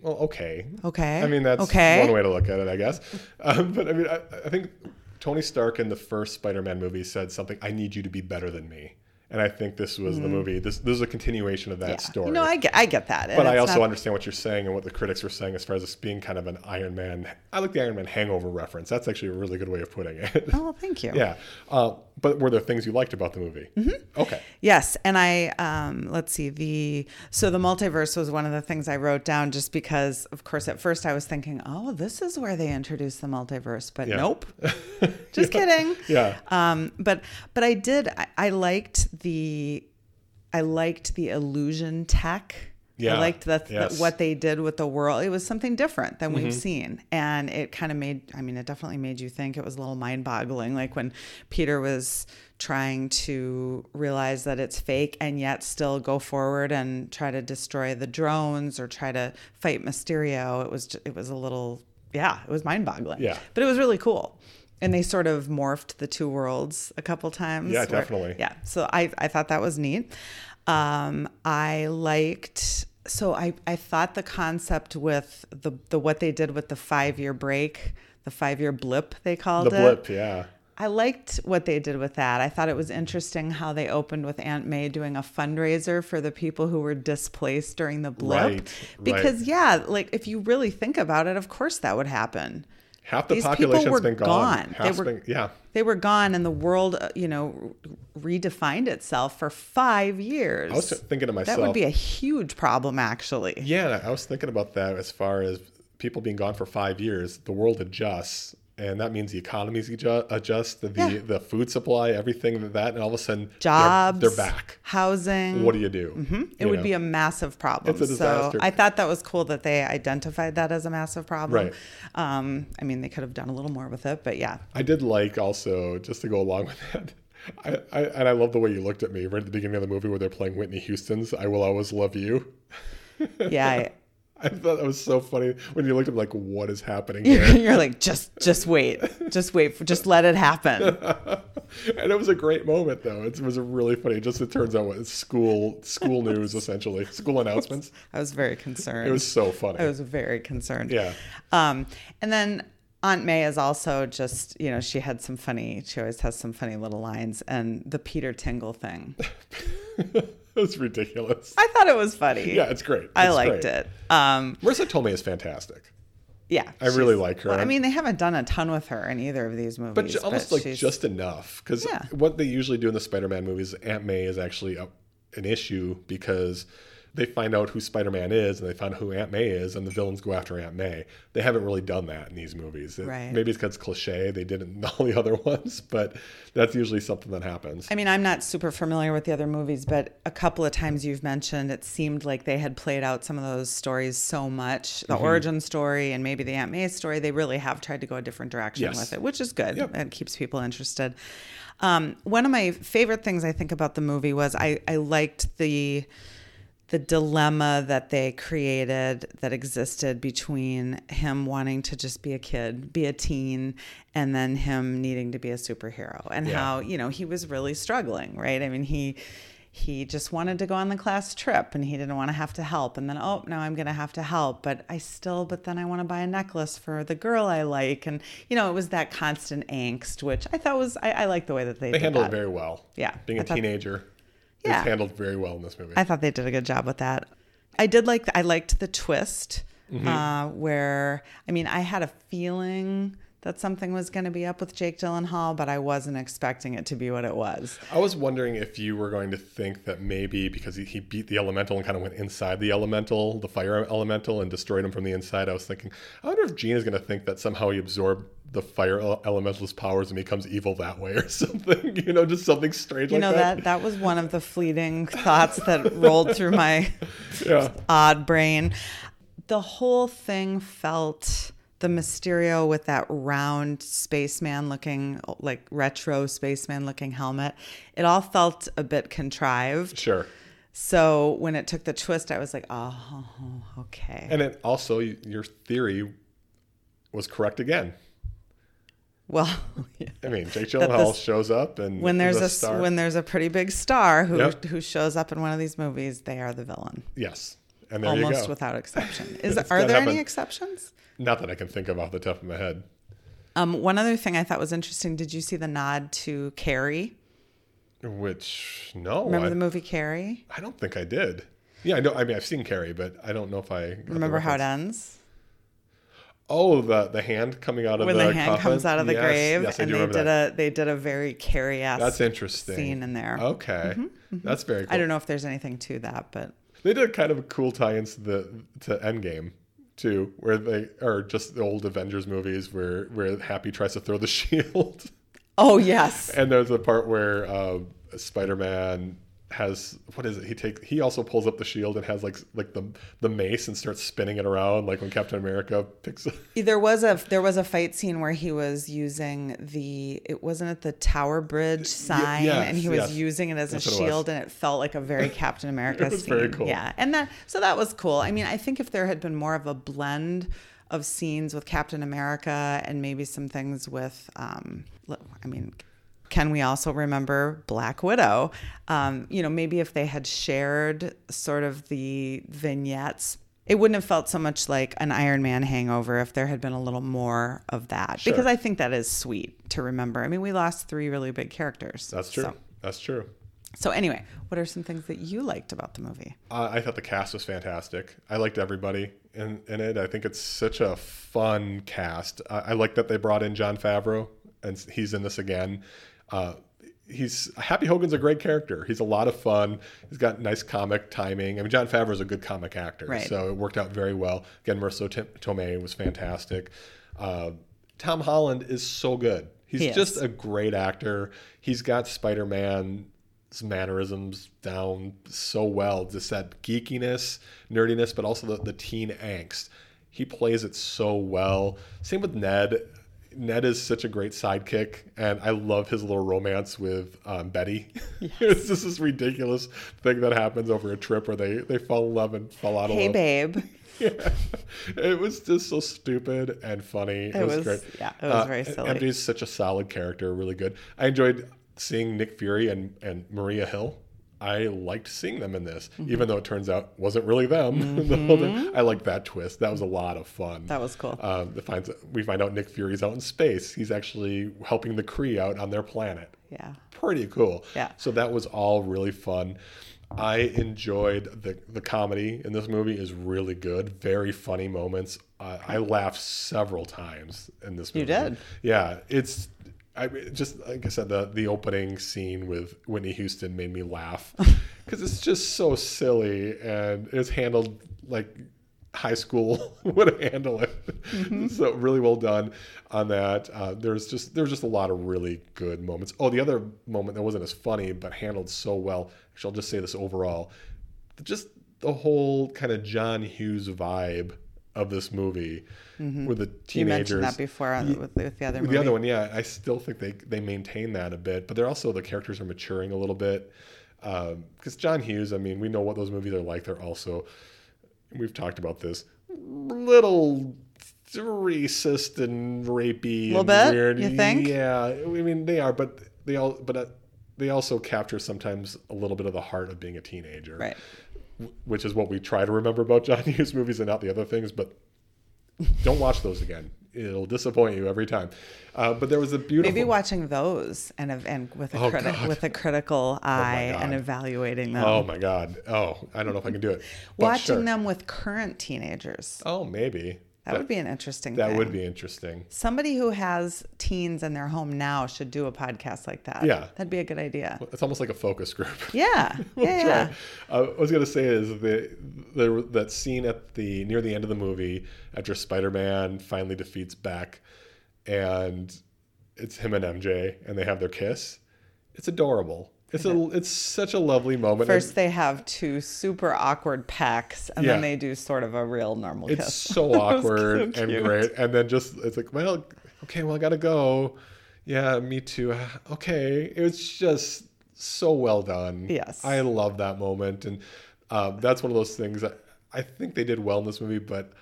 Speaker 1: well, okay.
Speaker 2: Okay.
Speaker 1: I mean, that's
Speaker 2: okay.
Speaker 1: one way to look at it, I guess. Um, but I mean, I, I think Tony Stark in the first Spider-Man movie said something, "I need you to be better than me," and I think this was the movie. This this is a continuation of that story.
Speaker 2: Mm. No, I get, I get that. And
Speaker 1: but I
Speaker 2: it's
Speaker 1: also
Speaker 2: not-
Speaker 1: understand what you're saying and what the critics were saying as far as this being kind of an Iron Man. I like the Iron Man hangover reference. That's actually a really good way of putting it.
Speaker 2: Oh, thank you.
Speaker 1: yeah. Uh, but were there things you liked about the movie? Mm-hmm. Okay.
Speaker 2: Yes, and I um, let's see the so the multiverse was one of the things I wrote down just because of course at first I was thinking oh this is where they introduced the multiverse but nope just kidding
Speaker 1: Yeah.
Speaker 2: um, but but I did I, I liked the I liked the illusion tech
Speaker 1: Yeah,
Speaker 2: I liked the, the-
Speaker 1: yes.
Speaker 2: what they did with the world it was something different than we've
Speaker 1: Mm-hmm.
Speaker 2: seen and it kind of made I mean it definitely made you think it was a little mind boggling like when Peter was trying to realize that it's fake and yet still go forward and try to destroy the drones or try to fight Mysterio it was ju- it was a little yeah it was mind boggling
Speaker 1: Yeah.
Speaker 2: but it was really cool. And they sort of morphed the two worlds a couple times.
Speaker 1: Yeah, definitely.
Speaker 2: Yeah. So I, I thought that was neat. Um, I liked so I, I thought the concept with the, the what they did with the five year break, the five year blip they called
Speaker 1: The
Speaker 2: it.
Speaker 1: blip. Yeah.
Speaker 2: I liked what they did with that. I thought it was interesting how they opened with Aunt May doing a fundraiser for the people who were displaced during the blip.
Speaker 1: Right, right.
Speaker 2: Because yeah, like if you really think about it, of course that would happen.
Speaker 1: Half the
Speaker 2: These people
Speaker 1: population's
Speaker 2: were
Speaker 1: been gone.
Speaker 2: gone. They
Speaker 1: Half's
Speaker 2: were-
Speaker 1: been, yeah.
Speaker 2: They were gone, and the world, uh, you know, re- redefined itself for five years.
Speaker 1: I was thinking to myself,
Speaker 2: that would be a huge problem, actually.
Speaker 1: Yeah, I was thinking about that as far as people being gone for five years, the world adjusts, and that means the economies adju- adjust, the
Speaker 2: Yeah.
Speaker 1: the food supply, everything that, that, and all of a sudden they're-
Speaker 2: Jobs,
Speaker 1: they're, back.
Speaker 2: housing.
Speaker 1: What do you do?
Speaker 2: It would be a massive problem.
Speaker 1: It's a disaster.
Speaker 2: So I thought that was cool that they identified that as a massive problem.
Speaker 1: Right.
Speaker 2: Um, I mean, they could have done a little more with it, but yeah.
Speaker 1: I did like also just to go along with that. I, I and I love the way you looked at me right at the beginning of the movie where they're playing Whitney Houston's "I Will Always Love You."
Speaker 2: Yeah. I,
Speaker 1: I thought that was so funny when you looked at me like, "What is happening here?"
Speaker 2: you're like, just just wait. Just wait. For, just let it happen.
Speaker 1: and it was a great moment though. It was really funny. Just it turns out it's school school news essentially, school announcements.
Speaker 2: I was very concerned.
Speaker 1: It was so funny.
Speaker 2: I was very concerned.
Speaker 1: yeah.
Speaker 2: Um, and then Aunt May is also just, you know, she had some funny, she always has some funny little lines and the Peter Tingle thing.
Speaker 1: it was ridiculous.
Speaker 2: I thought it was funny.
Speaker 1: Yeah, it's great.
Speaker 2: I
Speaker 1: It's
Speaker 2: liked
Speaker 1: great.
Speaker 2: it. Um,
Speaker 1: Marissa Tomei is fantastic.
Speaker 2: yeah.
Speaker 1: I really like her.
Speaker 2: Well, I mean, they haven't done a ton with her in either of these movies.
Speaker 1: but ju- almost like
Speaker 2: she's-
Speaker 1: just enough because
Speaker 2: Yeah.
Speaker 1: what they usually do in the Spider-Man movies, Aunt May is actually a, an issue because they find out who Spider-Man is and they find out who Aunt May is, and the villains go after Aunt May. They haven't really done that in these movies. It-
Speaker 2: Right.
Speaker 1: Maybe it's because cliche they did it in all the other ones, but that's usually something that happens.
Speaker 2: I mean, I'm not super familiar with the other movies, but a couple of times you've mentioned it seemed like they had played out some of those stories so much the origin story and maybe the Aunt May story. They really have tried to go a different direction
Speaker 1: Yes.
Speaker 2: with it, which is good. It keeps people interested. Um, one of my favorite things I think about the movie was I, I liked the the dilemma that they created that existed between him wanting to just be a kid, be a teen, and then him needing to be a superhero and how, you know, he was really struggling, right? I mean, he he just wanted to go on the class trip and he didn't want to have to help and then oh now i'm going to have to help but i still but then i want to buy a necklace for the girl i like and you know it was that constant angst which i thought was i, I like the way that they,
Speaker 1: they
Speaker 2: did
Speaker 1: handled
Speaker 2: that.
Speaker 1: it very well.
Speaker 2: Yeah,
Speaker 1: Being a
Speaker 2: I thought-
Speaker 1: teenager,
Speaker 2: Yeah.
Speaker 1: it's handled very well in this movie.
Speaker 2: I thought they did a good job with that. I did like I liked the twist
Speaker 1: Mm-hmm.
Speaker 2: uh, where I mean I had a feeling that something was going to be up with Jake Gyllenhaal, but I wasn't expecting it to be what it was.
Speaker 1: I was wondering if you were going to think that maybe because he, he beat the elemental and kind of went inside the elemental, the fire elemental, and destroyed him from the inside. I was thinking, I wonder if Gene is going to think that somehow he absorbed the fire ele- elemental's powers and becomes evil that way or something. You know, just something strange
Speaker 2: You
Speaker 1: like
Speaker 2: know that that was one of the fleeting thoughts that rolled through my
Speaker 1: Yeah.
Speaker 2: odd brain. The whole thing felt the Mysterio with that round spaceman looking, like retro spaceman looking helmet. It all felt a bit contrived.
Speaker 1: Sure.
Speaker 2: So when it took the twist, I was like, oh, okay.
Speaker 1: And it also, y- your theory was correct again.
Speaker 2: Well, yeah.
Speaker 1: I mean, Jake
Speaker 2: That
Speaker 1: Gyllenhaal
Speaker 2: this-
Speaker 1: shows up and
Speaker 2: when there's
Speaker 1: is
Speaker 2: a,
Speaker 1: star.
Speaker 2: when there's a pretty big star who
Speaker 1: Yep.
Speaker 2: who shows up in one of these movies, they are the villain.
Speaker 1: yes. And there you
Speaker 2: almost
Speaker 1: go.
Speaker 2: without exception. Is
Speaker 1: It's
Speaker 2: are
Speaker 1: gotta
Speaker 2: there
Speaker 1: happen.
Speaker 2: any exceptions?
Speaker 1: Not that I can think of off the top of my head.
Speaker 2: Um, one other thing I thought was interesting. Did you see the nod to Carrie?
Speaker 1: Which no,
Speaker 2: Remember
Speaker 1: I,
Speaker 2: the movie Carrie?
Speaker 1: I don't think I did. Yeah, I know. I mean, I've seen Carrie, but I don't know if I got the
Speaker 2: Remember how it
Speaker 1: reference.
Speaker 2: ends?
Speaker 1: Oh, the the hand coming out of
Speaker 2: When
Speaker 1: the
Speaker 2: the, hand
Speaker 1: coffin?
Speaker 2: comes out of the
Speaker 1: Yes,
Speaker 2: grave
Speaker 1: Yes, I
Speaker 2: and
Speaker 1: do
Speaker 2: they
Speaker 1: remember
Speaker 2: did
Speaker 1: that.
Speaker 2: a they did a very Carrie
Speaker 1: That's
Speaker 2: esque
Speaker 1: interesting. Oh.
Speaker 2: scene in there.
Speaker 1: Okay, that's very. cool.
Speaker 2: Mm-hmm, I don't know if there's anything to that, but
Speaker 1: They did kind of a cool tie-in to the to Endgame too, where they or just the old Avengers movies where where Happy tries to throw the shield,
Speaker 2: oh yes,
Speaker 1: and there's a part where uh, Spider-Man has what is it? He take he also pulls up the shield and has like like the the mace and starts spinning it around like when Captain America picks up.
Speaker 2: there was a there was a fight scene where he was using the it wasn't it the Tower Bridge sign
Speaker 1: yes,
Speaker 2: and he was
Speaker 1: yes.
Speaker 2: using it as a
Speaker 1: That's what it was.
Speaker 2: shield and it felt like a very Captain America
Speaker 1: was
Speaker 2: scene.
Speaker 1: very cool.
Speaker 2: Yeah, and that so that was cool. I mean, I think if there had been more of a blend of scenes with Captain America and maybe some things with um, l- I mean. Can we also remember Black Widow? Um, you know, maybe if they had shared sort of the vignettes, it wouldn't have felt so much like an Iron Man hangover if there had been a little more of that. Because I think that is sweet to remember. I mean, we lost three really big characters.
Speaker 1: That's true.
Speaker 2: So,
Speaker 1: That's true.
Speaker 2: so anyway, what are some things that you liked about the movie?
Speaker 1: Uh, I thought the cast was fantastic. I liked everybody in, in it. I think it's such a fun cast. I, I like that they brought in John Favreau, and s- he's in this again. Uh, he's Happy Hogan's a great character. He's a lot of fun. He's got nice comic timing. I mean, John Favreau's a good comic actor,
Speaker 2: Right.
Speaker 1: so it worked out very well. Again, Marissa Tim- Tomei was fantastic. Uh, Tom Holland is so good. He's
Speaker 2: He is.
Speaker 1: just a great actor. He's got Spider Man's mannerisms down so well. Just that geekiness, nerdiness, but also the, the teen angst. He plays it so well. Same with Ned. Ned is such a great sidekick, and I love his little romance with um, Betty. it's just this ridiculous thing that happens over a trip where they, they fall in love and fall out of
Speaker 2: Hey,
Speaker 1: love.
Speaker 2: babe.
Speaker 1: It was just so stupid and funny. It, was,
Speaker 2: was-
Speaker 1: great.
Speaker 2: yeah, it was very silly.
Speaker 1: MJ's such a solid character, really good. I enjoyed seeing Nick Fury and, and Maria Hill. I liked seeing them in this,
Speaker 2: Mm-hmm.
Speaker 1: even though it turns out wasn't really them. the whole thing. I liked that twist. That was a lot of fun.
Speaker 2: That was cool.
Speaker 1: Um, it finds, we find out Nick Fury's out in space. He's actually helping the Kree out on their planet
Speaker 2: Yeah.
Speaker 1: pretty cool.
Speaker 2: Yeah.
Speaker 1: So that was all really fun. I enjoyed the the comedy in this movie is really good. Very funny moments. Uh, I laughed several times in this movie.
Speaker 2: did?
Speaker 1: Yeah. It's I it just like I said the the opening scene with Whitney Houston made me laugh because it's just so silly and it's handled like high school would handle it.
Speaker 2: Mm-hmm.
Speaker 1: So really well done on that. Uh, there's just there's just a lot of really good moments. Oh, the other moment that wasn't as funny but handled so well. Actually, I'll just say this overall, just the whole kind of John Hughes vibe of this movie with the
Speaker 2: Mm-hmm. You
Speaker 1: teenagers.
Speaker 2: mentioned that before on- with, with the other
Speaker 1: With
Speaker 2: movie.
Speaker 1: the other one, yeah, I still think they they maintain that a bit, but they're also the characters are maturing a little bit. Because John Hughes, I mean, we know what those movies are like. They're also, we've talked about this, little racist and rapey,
Speaker 2: Little
Speaker 1: and
Speaker 2: bit,
Speaker 1: weird.
Speaker 2: you think?
Speaker 1: Yeah, I mean they are, but they all, but uh, they also capture sometimes a little bit of the heart of being a teenager,
Speaker 2: Right.
Speaker 1: wh- Which is what we try to remember about John Hughes movies and not the other things, but don't watch those again. It'll disappoint you every time. Uh, but there was a beautiful.
Speaker 2: Maybe watching those and of- and with a
Speaker 1: Oh,
Speaker 2: criti-
Speaker 1: God. Oh,
Speaker 2: with a critical eye
Speaker 1: God.
Speaker 2: and evaluating them.
Speaker 1: oh my god! Oh, I don't know if I can do it. But
Speaker 2: Watching
Speaker 1: sure.
Speaker 2: them with current teenagers.
Speaker 1: Oh, maybe
Speaker 2: That, would be an interesting
Speaker 1: that
Speaker 2: thing.
Speaker 1: would be interesting.
Speaker 2: Somebody who has teens in their home now should do a podcast like that.
Speaker 1: Yeah.
Speaker 2: That'd be a good idea.
Speaker 1: It's almost like a focus group.
Speaker 2: Yeah. Yeah. yeah.
Speaker 1: Uh, what I was gonna say is the, the that scene at the near the end of the movie after Spider-Man finally defeats Beck, and it's him and MJ, and they have their kiss. It's adorable. It's a it's such a lovely moment. and
Speaker 2: First, they have two super awkward pecks, and
Speaker 1: Yeah.
Speaker 2: then they do sort of a real normal
Speaker 1: it's
Speaker 2: kiss.
Speaker 1: so awkward and
Speaker 2: cute.
Speaker 1: great. And then just it's like, well, okay, well I gotta go. Yeah, me too. Okay, it was just so well done.
Speaker 2: Yes.
Speaker 1: I love that moment, and um, that's one of those things that I think they did well in this movie. But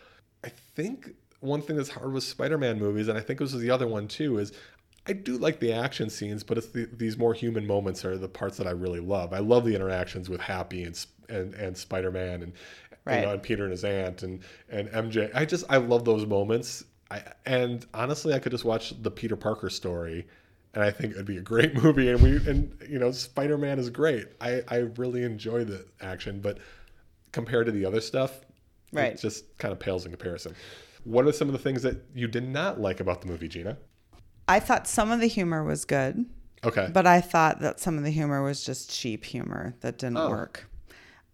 Speaker 1: I think one thing that's hard with Spider-Man movies, and I think this was the other one too, is I I do like the action scenes, but it's the, these more human moments are the parts that I really love. I love the interactions with Happy and Sp- and, and Spider Man and
Speaker 2: Right.
Speaker 1: you know and Peter and his aunt and and MJ. I just I love those moments. I, and honestly, I could just watch the Peter Parker story, and I think it'd be a great movie. And we and you know Spider Man is great. I I really enjoy the action, but compared to the other stuff,
Speaker 2: Right.
Speaker 1: it just kind of pales in comparison. What are some of the things that you did not like about the movie, Gina?
Speaker 2: I thought some of the humor was good,
Speaker 1: Okay.
Speaker 2: but I thought that some of the humor was just cheap humor that didn't
Speaker 1: Oh.
Speaker 2: work.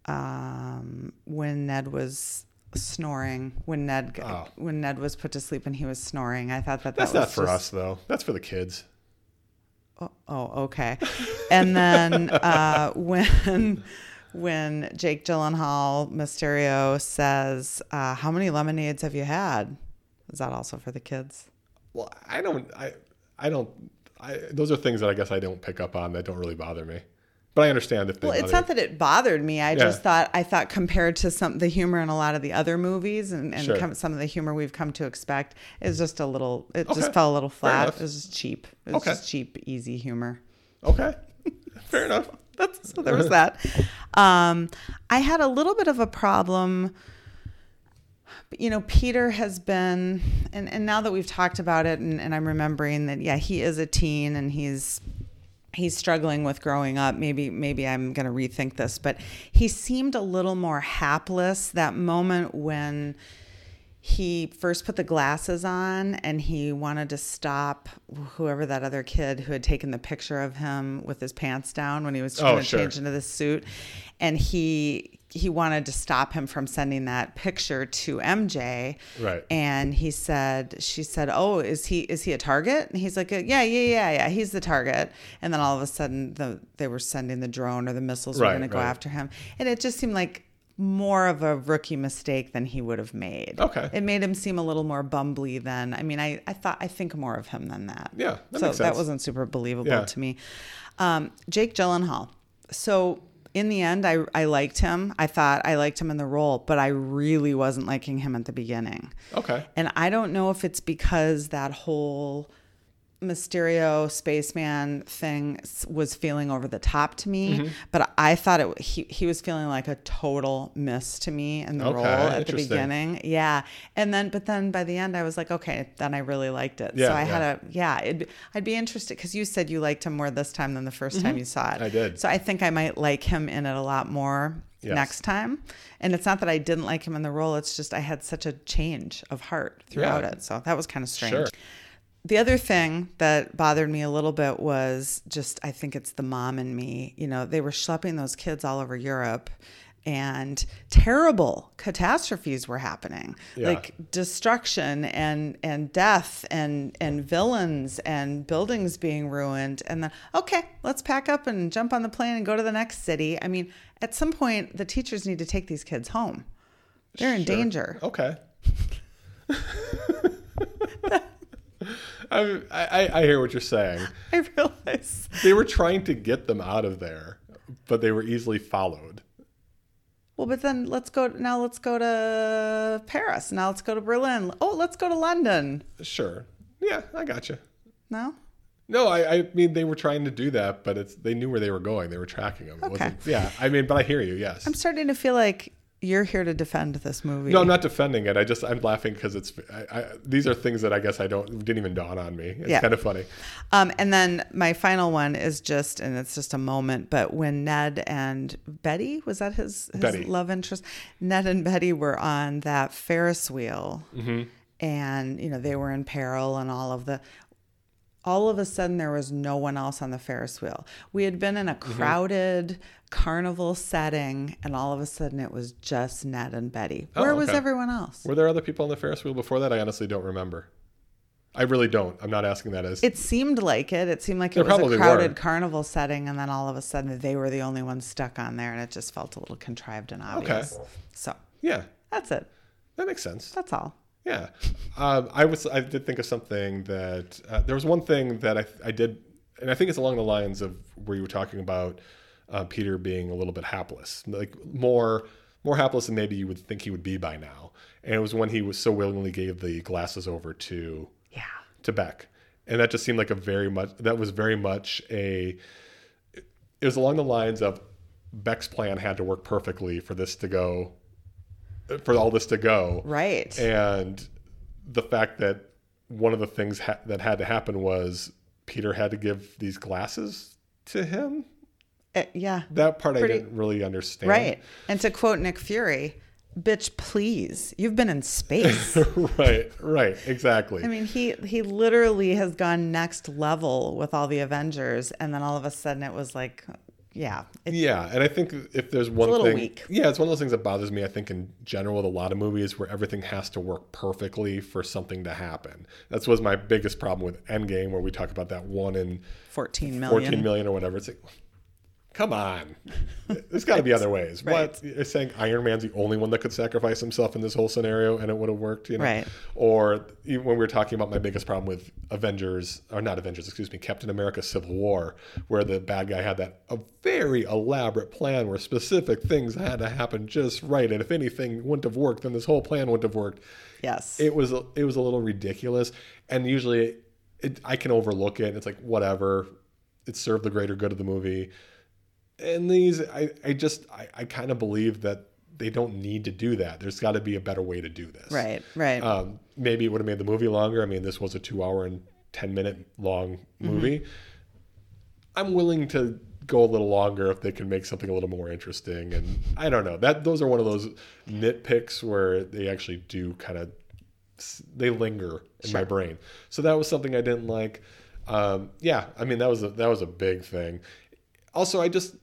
Speaker 2: Um, when Ned was snoring, when Ned g-
Speaker 1: Oh.
Speaker 2: when Ned was put to sleep and he was snoring, I thought that
Speaker 1: that's
Speaker 2: that
Speaker 1: not
Speaker 2: was
Speaker 1: for
Speaker 2: just,
Speaker 1: us though. That's for the kids.
Speaker 2: Oh, oh, okay. And then uh, when when Jake Gyllenhaal Mysterio says, uh, "How many lemonades have you had?" Is that also for the kids?
Speaker 1: Well, I don't. I I don't. I those are things that I guess I don't pick up on that don't really bother me. But I understand if they.
Speaker 2: Well, it's
Speaker 1: bother
Speaker 2: not that it bothered me. I just
Speaker 1: Yeah.
Speaker 2: thought I thought compared to some the humor in a lot of the other movies and, and
Speaker 1: Sure.
Speaker 2: come, some of the humor we've come to expect is just a little. It
Speaker 1: Okay.
Speaker 2: just fell a little flat.
Speaker 1: enough.
Speaker 2: It was just cheap. It was
Speaker 1: Okay.
Speaker 2: just cheap, easy humor.
Speaker 1: you. Okay. Fair enough.
Speaker 2: That's so there was that. Um, I had a little bit of a problem. You know, Peter has been, and, and now that we've talked about it, and, and I'm remembering that, yeah, he is a teen and he's he's struggling with growing up. Maybe maybe I'm going to rethink this, but he seemed a little more hapless. That moment when he first put the glasses on and he wanted to stop whoever that other kid who had taken the picture of him with his pants down when he was trying
Speaker 1: Oh,
Speaker 2: to
Speaker 1: sure.
Speaker 2: change into the suit and he he wanted to stop him from sending that picture to MJ
Speaker 1: Right.
Speaker 2: and he said she said oh is he is he a target and he's like yeah yeah yeah yeah he's the target and then all of a sudden the they were sending the drone or the missiles were
Speaker 1: Right,
Speaker 2: going to go
Speaker 1: right.
Speaker 2: after him and it just seemed like more of a rookie mistake than he would have made
Speaker 1: Okay.
Speaker 2: it made him seem a little more bumbly than I mean I, I thought I think more of him than that.
Speaker 1: Yeah, that
Speaker 2: so
Speaker 1: makes
Speaker 2: that
Speaker 1: sense.
Speaker 2: wasn't super believable
Speaker 1: Yeah.
Speaker 2: to me. Um, Jake Gyllenhaal. So in the end, I I liked him. I thought I liked him in the role, but I really wasn't liking him at the beginning.
Speaker 1: Okay.
Speaker 2: And I don't know if it's because that whole Mysterio spaceman thing s- was feeling over the top to me,
Speaker 1: Mm-hmm.
Speaker 2: but I thought it he he was feeling like a total miss to me in the
Speaker 1: Okay,
Speaker 2: role at the
Speaker 1: interesting.
Speaker 2: beginning. Yeah, and then but then by the end I was like, okay, then I really liked it.
Speaker 1: Yeah,
Speaker 2: so I had
Speaker 1: yeah.
Speaker 2: a yeah, it'd, I'd be interested because you said you liked him more this time than the 1st time you saw it.
Speaker 1: Mm-hmm. I did.
Speaker 2: So I think I might like him in it a lot more
Speaker 1: Yes.
Speaker 2: next time. And it's not that I didn't like him in the role, it's just I had such a change of heart throughout
Speaker 1: Yeah.
Speaker 2: it. So that was kind of strange.
Speaker 1: Sure.
Speaker 2: The other thing that bothered me a little bit was just I think it's the mom and me. You know, they were schlepping those kids all over Europe and terrible catastrophes were happening.
Speaker 1: Yeah.
Speaker 2: Like destruction and and death and and villains and buildings being ruined and then okay let's pack up and jump on the plane and go to the next city i mean at some point the teachers need to take these kids home they're in
Speaker 1: Sure.
Speaker 2: danger
Speaker 1: Okay. I, I I hear what you're saying.
Speaker 2: i realize
Speaker 1: They were trying to get them out of there, but they were easily followed.
Speaker 2: well but then let's go now let's go to paris now let's go to berlin oh let's go to london
Speaker 1: Sure. Yeah, I gotcha.
Speaker 2: no
Speaker 1: No, I, I mean they were trying to do that, but it's they knew where they were going. They were tracking them. It wasn't, yeah, I mean, but I hear you. Yes.
Speaker 2: i'm starting to feel like you're here to defend this movie
Speaker 1: No, I'm not defending it. I just I'm laughing because it's I, I, these are things that I guess I don't didn't even dawn on me. It's
Speaker 2: Yeah.
Speaker 1: kind of funny.
Speaker 2: Um, and then my final one is just, and it's just a moment, but when Ned and Betty, was that his, his
Speaker 1: Betty.
Speaker 2: love interest? Ned and Betty were on that Ferris wheel
Speaker 1: Mm-hmm.
Speaker 2: and, you know, they were in peril and all of the, all of a sudden there was no one else on the Ferris wheel. We had been in a
Speaker 1: Mm-hmm.
Speaker 2: crowded carnival setting and all of a sudden it was just Ned and Betty. Where was
Speaker 1: Oh, okay.
Speaker 2: everyone else?
Speaker 1: Were there other people on the Ferris wheel before that? I honestly don't remember. I really don't. I'm not asking that as
Speaker 2: It seemed like it. It seemed like it
Speaker 1: There
Speaker 2: was
Speaker 1: probably
Speaker 2: a crowded
Speaker 1: were.
Speaker 2: carnival setting, and then all of a sudden they were the only ones stuck on there, and it just felt a little contrived and obvious. So
Speaker 1: yeah.
Speaker 2: that's it.
Speaker 1: That makes sense.
Speaker 2: That's all.
Speaker 1: Yeah, um, I was. I did think of something that uh, there was one thing that I, I did, and I think it's along the lines of where you were talking about uh, Peter being a little bit hapless, like more more hapless than maybe you would think he would be by now. And it was when he was so willingly gave the glasses over to
Speaker 2: Yeah.
Speaker 1: to Beck, and that just seemed like a very much that was very much a it was along the lines of Beck's plan had to work perfectly for this to go for all this to go Eh.
Speaker 2: Right.
Speaker 1: and the fact that one of the things ha- that had to happen was Peter had to give these glasses to him
Speaker 2: Uh, yeah.
Speaker 1: that part
Speaker 2: Pretty-
Speaker 1: I didn't really understand
Speaker 2: Right. And to quote Nick Fury, bitch, please, you've been in space.
Speaker 1: right right exactly
Speaker 2: I mean, he he literally has gone next level with all the Avengers, and then all of a sudden it was like, yeah, it,
Speaker 1: Yeah, and I think if there's one
Speaker 2: little
Speaker 1: thing,
Speaker 2: weak.
Speaker 1: yeah, it's one of those things that bothers me. I think in general with a lot of movies where everything has to work perfectly for something to happen. That was my biggest problem with Endgame, where we talk about that one in
Speaker 2: 14 million.
Speaker 1: 14 million or whatever. It's like, come on, there's got to be other ways. What you're saying? Iron Man's the only one that could sacrifice himself in this whole scenario, and it would have worked, you know?
Speaker 2: Right.
Speaker 1: Or even when we were talking about my biggest problem with Avengers, or not Avengers, excuse me, Captain America: Civil War, where the bad guy had that a very elaborate plan where specific things had to happen just right, and if anything wouldn't have worked, then this whole plan wouldn't have worked
Speaker 2: Yes.
Speaker 1: it was it was a little ridiculous and usually it, i can overlook it it's like whatever it served the greater good of the movie and these i, I just i, I kind of believe that they don't need to do that there's got to be a better way to do this
Speaker 2: right. Right.
Speaker 1: um, maybe it would have made the movie longer i mean this was a two hour and 10 minute long movie i'm willing to go a little longer if they can make something a little more interesting and i don't know that those are one of those nitpicks where they actually do kind of they linger in my brain. So that was something I didn't like. Um, yeah, I mean that was a, that was a big thing. Also, I just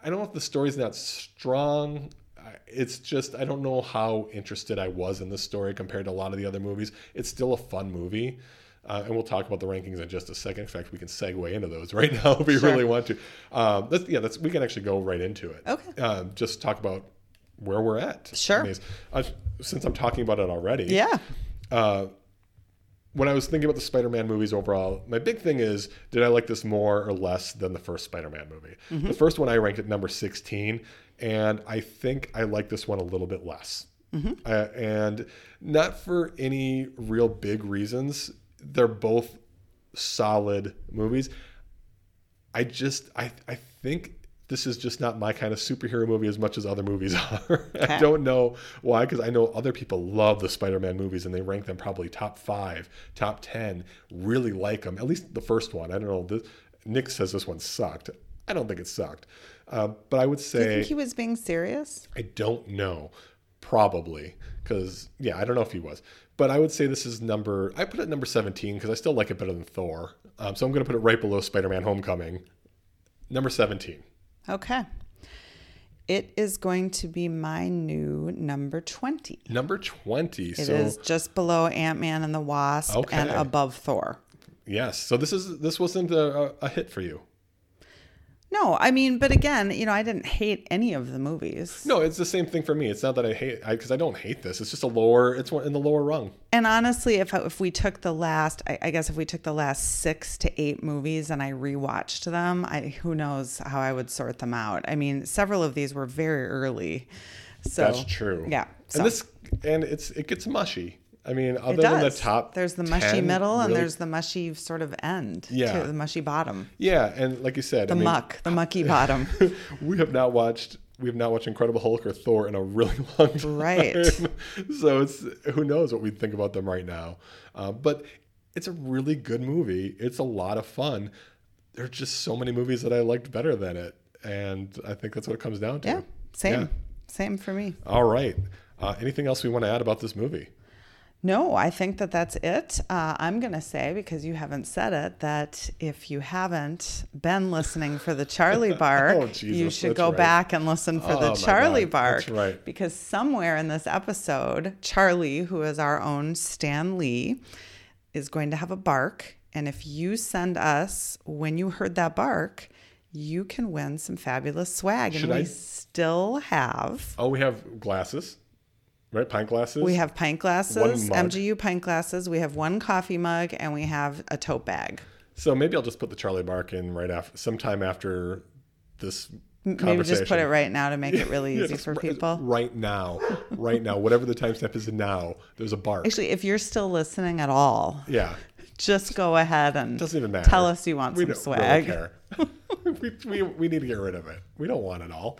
Speaker 1: I don't know if the story's not strong. I- It's just I don't know how interested I was in this story compared to a lot of the other movies. It's still a fun movie. Uh, and we'll talk about the rankings in just a second. In fact, we can segue into those right now if we
Speaker 2: Sure.
Speaker 1: really want to. Um, that's, yeah, that's we can actually go right into it.
Speaker 2: Okay.
Speaker 1: Um, just talk about where we're at.
Speaker 2: Sure.
Speaker 1: Amazing. Uh, since I'm talking about it already
Speaker 2: yeah.
Speaker 1: Uh, when I was thinking about the Spider-Man movies overall, my big thing is, did I like this more or less than the first Spider-Man movie? The first one I ranked at number 16, and I think I like this one a little bit less. Uh, and not for any real big reasons. They're both solid movies. I just I I think this is just not my kind of superhero movie as much as other movies are. I
Speaker 2: Okay.
Speaker 1: don't know why, because I know other people love the Spider-Man movies and they rank them probably top five, top ten. Really like them, at least the first one. I don't know. This, Nick says this one sucked. I don't think it sucked, uh, but I would
Speaker 2: I
Speaker 1: say
Speaker 2: think he was being serious.
Speaker 1: I don't know. Probably. Because, yeah, I don't know if he was. But I would say this is number, I put it number 17 because I still like it better than Thor. Um, so I'm going to put it right below Spider Man Homecoming. Number 17.
Speaker 2: Okay. It is going to be my new number 20.
Speaker 1: Number 20.
Speaker 2: It is
Speaker 1: so,
Speaker 2: just below Ant Man and the Wasp and
Speaker 1: Okay.
Speaker 2: above Thor.
Speaker 1: yes. So this is this wasn't a, a- a hit for you.
Speaker 2: No, I mean, but again, you know, I didn't hate any of the movies.
Speaker 1: No, it's the same thing for me. It's not that I hate, because I, don't hate this. It's just a lower, it's one in the lower rung.
Speaker 2: And honestly, if if we took the last, I, I guess if we took the last six to eight movies and I rewatched them, I who knows how I would sort them out. I mean, several of these were very early, so
Speaker 1: That's true.
Speaker 2: Yeah, so
Speaker 1: And this, and it's, it gets mushy. I mean, other
Speaker 2: it does.
Speaker 1: than the top,
Speaker 2: there's the mushy
Speaker 1: 10
Speaker 2: middle and
Speaker 1: really-
Speaker 2: there's the mushy sort of end.
Speaker 1: Yeah.
Speaker 2: to the mushy bottom,
Speaker 1: yeah, and like you said,
Speaker 2: the
Speaker 1: I mean,
Speaker 2: muck, the mucky bottom.
Speaker 1: we have not watched we have not watched Incredible Hulk or Thor in a really long time.
Speaker 2: Right.
Speaker 1: so it's who knows what we think about them right now. Uh, but it's a really good movie. It's a lot of fun. There are just so many movies that I liked better than it, and I think that's what it comes down to.
Speaker 2: Yeah, same,
Speaker 1: Yeah.
Speaker 2: same for me.
Speaker 1: All right. Uh, anything else we want to add about this movie?
Speaker 2: No, I think that that's it. Uh, I'm going to say, because you haven't said it, that if you haven't been listening for the Charlie Bark,
Speaker 1: Oh, Jesus,
Speaker 2: you should
Speaker 1: that's
Speaker 2: go
Speaker 1: right.
Speaker 2: back and listen for
Speaker 1: Oh, my
Speaker 2: the Charlie
Speaker 1: God,
Speaker 2: Bark.
Speaker 1: that's right.
Speaker 2: Because somewhere in this episode, Charlie, who is our own Stan Lee, is going to have a bark. And if you send us when you heard that bark, you can win some fabulous swag.
Speaker 1: Should
Speaker 2: and we
Speaker 1: I-
Speaker 2: still have.
Speaker 1: Oh, we have glasses, right? Pint glasses.
Speaker 2: We have pint glasses,
Speaker 1: mug.
Speaker 2: MGU pint glasses. We have one coffee mug, and we have a tote bag.
Speaker 1: so maybe I'll just put the Charlie Bark in right after, sometime after this.
Speaker 2: Maybe just put
Speaker 1: conversation.
Speaker 2: it right now to make it really easy
Speaker 1: Yes,
Speaker 2: for
Speaker 1: right-
Speaker 2: people.
Speaker 1: Right now, right now, whatever the timestamp is now, there's a bark.
Speaker 2: Actually, if you're still listening at all,
Speaker 1: Yeah,
Speaker 2: Just go ahead and
Speaker 1: Doesn't even matter.
Speaker 2: tell us you want
Speaker 1: we
Speaker 2: some
Speaker 1: don't really
Speaker 2: swag.
Speaker 1: care. we, we, we need to get rid of it. We don't want it all.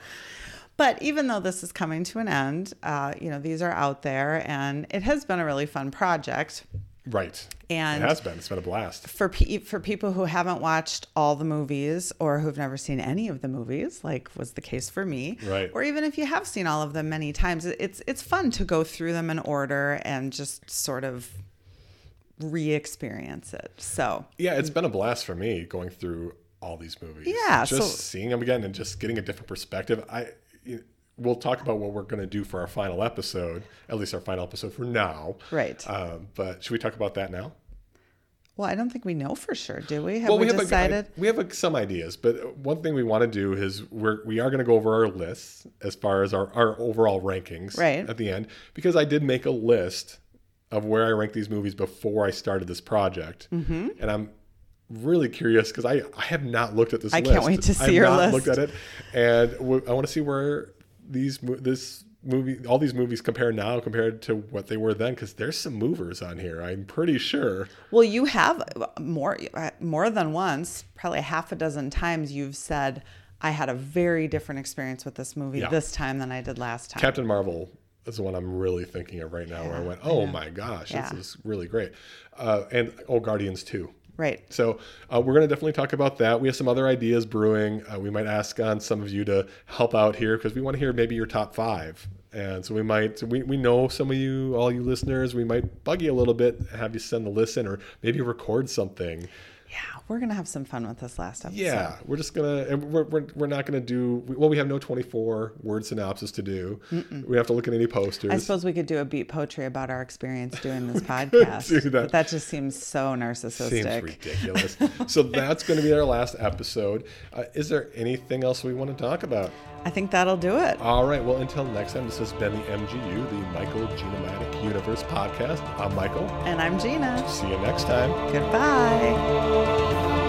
Speaker 2: But even though this is coming to an end, uh, you know, these are out there and it has been a really fun project.
Speaker 1: Right.
Speaker 2: And-
Speaker 1: it has been. It's been a blast.
Speaker 2: For, pe- for people who haven't watched all the movies or who've never seen any of the movies, like was the case for me,
Speaker 1: Right.
Speaker 2: or even if you have seen all of them many times, it- it's, it's fun to go through them in order and just sort of re experience it. So,
Speaker 1: Yeah, it's been a blast for me going through all these movies.
Speaker 2: Yeah,
Speaker 1: Just
Speaker 2: so-
Speaker 1: seeing them again and just getting a different perspective. I we'll talk about what we're going to do for our final episode, at least our final episode for now.
Speaker 2: right.
Speaker 1: Um, but should we talk about that now?
Speaker 2: well, I don't think we know for sure, do we? Have
Speaker 1: Well,
Speaker 2: we,
Speaker 1: have
Speaker 2: decided?
Speaker 1: A, we have a, some ideas, but one thing we want to do is we're we are going to go over our lists as far as our, our overall rankings
Speaker 2: Right.
Speaker 1: at the end because I did make a list of where I ranked these movies before I started this project, mm-hmm. and I'm really curious because I I have not looked at this.
Speaker 2: I
Speaker 1: list.
Speaker 2: can't wait to see
Speaker 1: I've
Speaker 2: your
Speaker 1: not
Speaker 2: list.
Speaker 1: Looked at it, and w- I want to see where these mo- this movie all these movies compare now compared to what they were then because there's some movers on here i'm pretty sure
Speaker 2: Well, you have more uh, more than once, probably half a dozen times. You've said, "I had a very different experience with this movie
Speaker 1: Yeah.
Speaker 2: this time than I did last time."
Speaker 1: Captain Marvel is the one I'm really thinking of right now, where I went, oh my gosh,
Speaker 2: Yeah.
Speaker 1: this is really great. Uh, and oh, Guardians too.
Speaker 2: right?
Speaker 1: So uh, we're going to definitely talk about that. We have some other ideas brewing. Uh, we might ask on some of you to help out here because we want to hear maybe your top five. And so we might, so we, we know some of you, all you listeners, we might bug you a little bit, have you send the list in or maybe record something.
Speaker 2: Yeah, we're gonna have some fun with this last episode.
Speaker 1: Yeah, we're just gonna, and we're, we're, we're not gonna do, well, we have no 24 word synopsis to do. We have to look at any posters.
Speaker 2: I suppose we could do a beat poetry about our experience doing this podcast.
Speaker 1: do that.
Speaker 2: But that just seems so narcissistic.
Speaker 1: Seems ridiculous. so that's going to be our last episode. Uh, is there anything else we want to talk about?
Speaker 2: I think that'll do it.
Speaker 1: All right. Well, until next time, this has been the MGU, the Michael Genomatic Universe podcast. I'm Michael.
Speaker 2: And I'm Gina.
Speaker 1: See you next time.
Speaker 2: Goodbye.